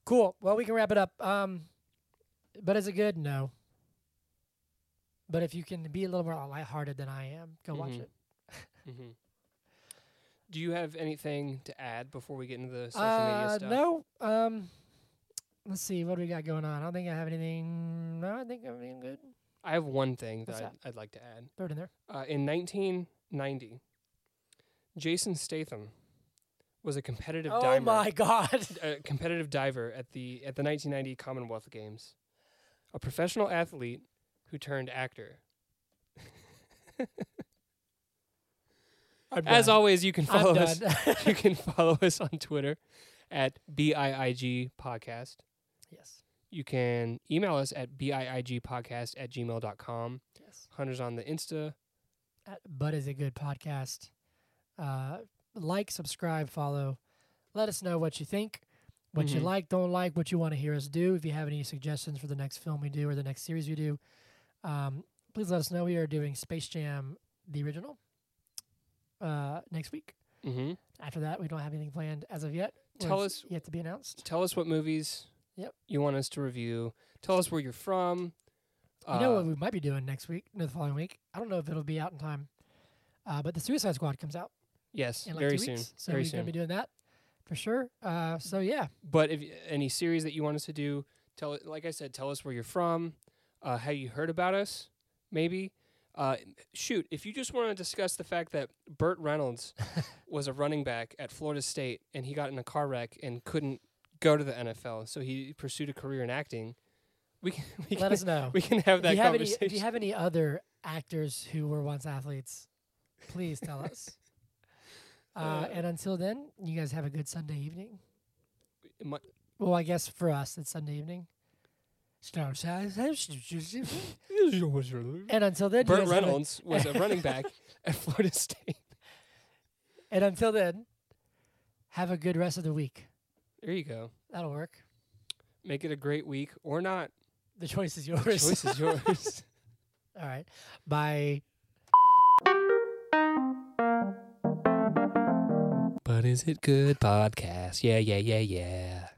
[SPEAKER 1] Cool. Well, we can wrap it up. Um, but is it good? No. But if you can be a little more lighthearted than I am, go watch
[SPEAKER 2] Mhm.
[SPEAKER 1] it.
[SPEAKER 2] hmm Do you have anything to add before we get into the social media
[SPEAKER 1] Uh,
[SPEAKER 2] stuff?
[SPEAKER 1] no. Um, let's see. What do we got going on? I don't think I have anything. No, I think everything good.
[SPEAKER 2] I have one thing that
[SPEAKER 1] What's
[SPEAKER 2] I'd, I'd like to add.
[SPEAKER 1] Throw it in there.
[SPEAKER 2] Uh, in 1990, Jason Statham was a competitive
[SPEAKER 1] Oh
[SPEAKER 2] diver.
[SPEAKER 1] my <laughs> god.
[SPEAKER 2] A competitive diver at the at the 1990 Commonwealth Games, a professional athlete who turned actor. As always, you can follow
[SPEAKER 1] I'm
[SPEAKER 2] us.
[SPEAKER 1] done. <laughs>
[SPEAKER 2] you can follow us on Twitter at BIIG Podcast.
[SPEAKER 1] yes.
[SPEAKER 2] You can email us at biigpodcast at gmail.com.
[SPEAKER 1] Yes.
[SPEAKER 2] Hunter's on the Insta.
[SPEAKER 1] At but is a good podcast. Uh, like, subscribe, follow. Let us know what you think, what you
[SPEAKER 2] Mhm.
[SPEAKER 1] like, don't like, what you want to hear us do. If you have any suggestions for the next film we do or the next series we do, um, please let us know. We are doing Space Jam the original uh, next week.
[SPEAKER 2] Mm-hmm.
[SPEAKER 1] After that, we don't have anything planned as of yet.
[SPEAKER 2] Tell
[SPEAKER 1] It's
[SPEAKER 2] us-
[SPEAKER 1] yet to be announced.
[SPEAKER 2] Tell us what movies
[SPEAKER 1] Yep.
[SPEAKER 2] you want us to review. Tell us where you're from.
[SPEAKER 1] you
[SPEAKER 2] uh,
[SPEAKER 1] know what we might be doing next week, no, the following week. I don't know if it'll be out in time, uh, but the Suicide Squad comes out
[SPEAKER 2] yes,
[SPEAKER 1] in like
[SPEAKER 2] very
[SPEAKER 1] two
[SPEAKER 2] soon.
[SPEAKER 1] weeks, so
[SPEAKER 2] very
[SPEAKER 1] we're
[SPEAKER 2] soon.
[SPEAKER 1] gonna be doing that for sure. Uh, so yeah,
[SPEAKER 2] but if y- any series that you want us to do, tell it. Like I said, tell us where you're from, uh, how you heard about us, maybe. Uh, shoot, if you just want to discuss the fact that Burt
[SPEAKER 1] <laughs>
[SPEAKER 2] Reynolds was a running back at Florida State and he got in a car wreck and couldn't go to the NFL, so he pursued a career in acting, we can <laughs> <laughs> we
[SPEAKER 1] let
[SPEAKER 2] can,
[SPEAKER 1] us know.
[SPEAKER 2] we can have
[SPEAKER 1] If
[SPEAKER 2] that
[SPEAKER 1] you have any,
[SPEAKER 2] conversation.
[SPEAKER 1] if you have any other actors who were once athletes, please tell
[SPEAKER 2] <laughs>
[SPEAKER 1] us. Uh, and until then, you guys have a good Sunday evening.
[SPEAKER 2] It might-
[SPEAKER 1] Well, I guess for us, it's Sunday
[SPEAKER 2] <laughs>
[SPEAKER 1] evening. and <laughs> until then, you
[SPEAKER 2] Burt
[SPEAKER 1] guys have a-
[SPEAKER 2] Reynolds was
[SPEAKER 1] <laughs>
[SPEAKER 2] a running back at Florida State.
[SPEAKER 1] and until then, have a good rest of the week.
[SPEAKER 2] There you go.
[SPEAKER 1] That'll work.
[SPEAKER 2] Make it a great week or not.
[SPEAKER 1] The choice is
[SPEAKER 2] The
[SPEAKER 1] yours. <laughs>
[SPEAKER 2] choice is yours.
[SPEAKER 1] All right. Bye.
[SPEAKER 2] But is it good podcast? Yeah, yeah, yeah, yeah.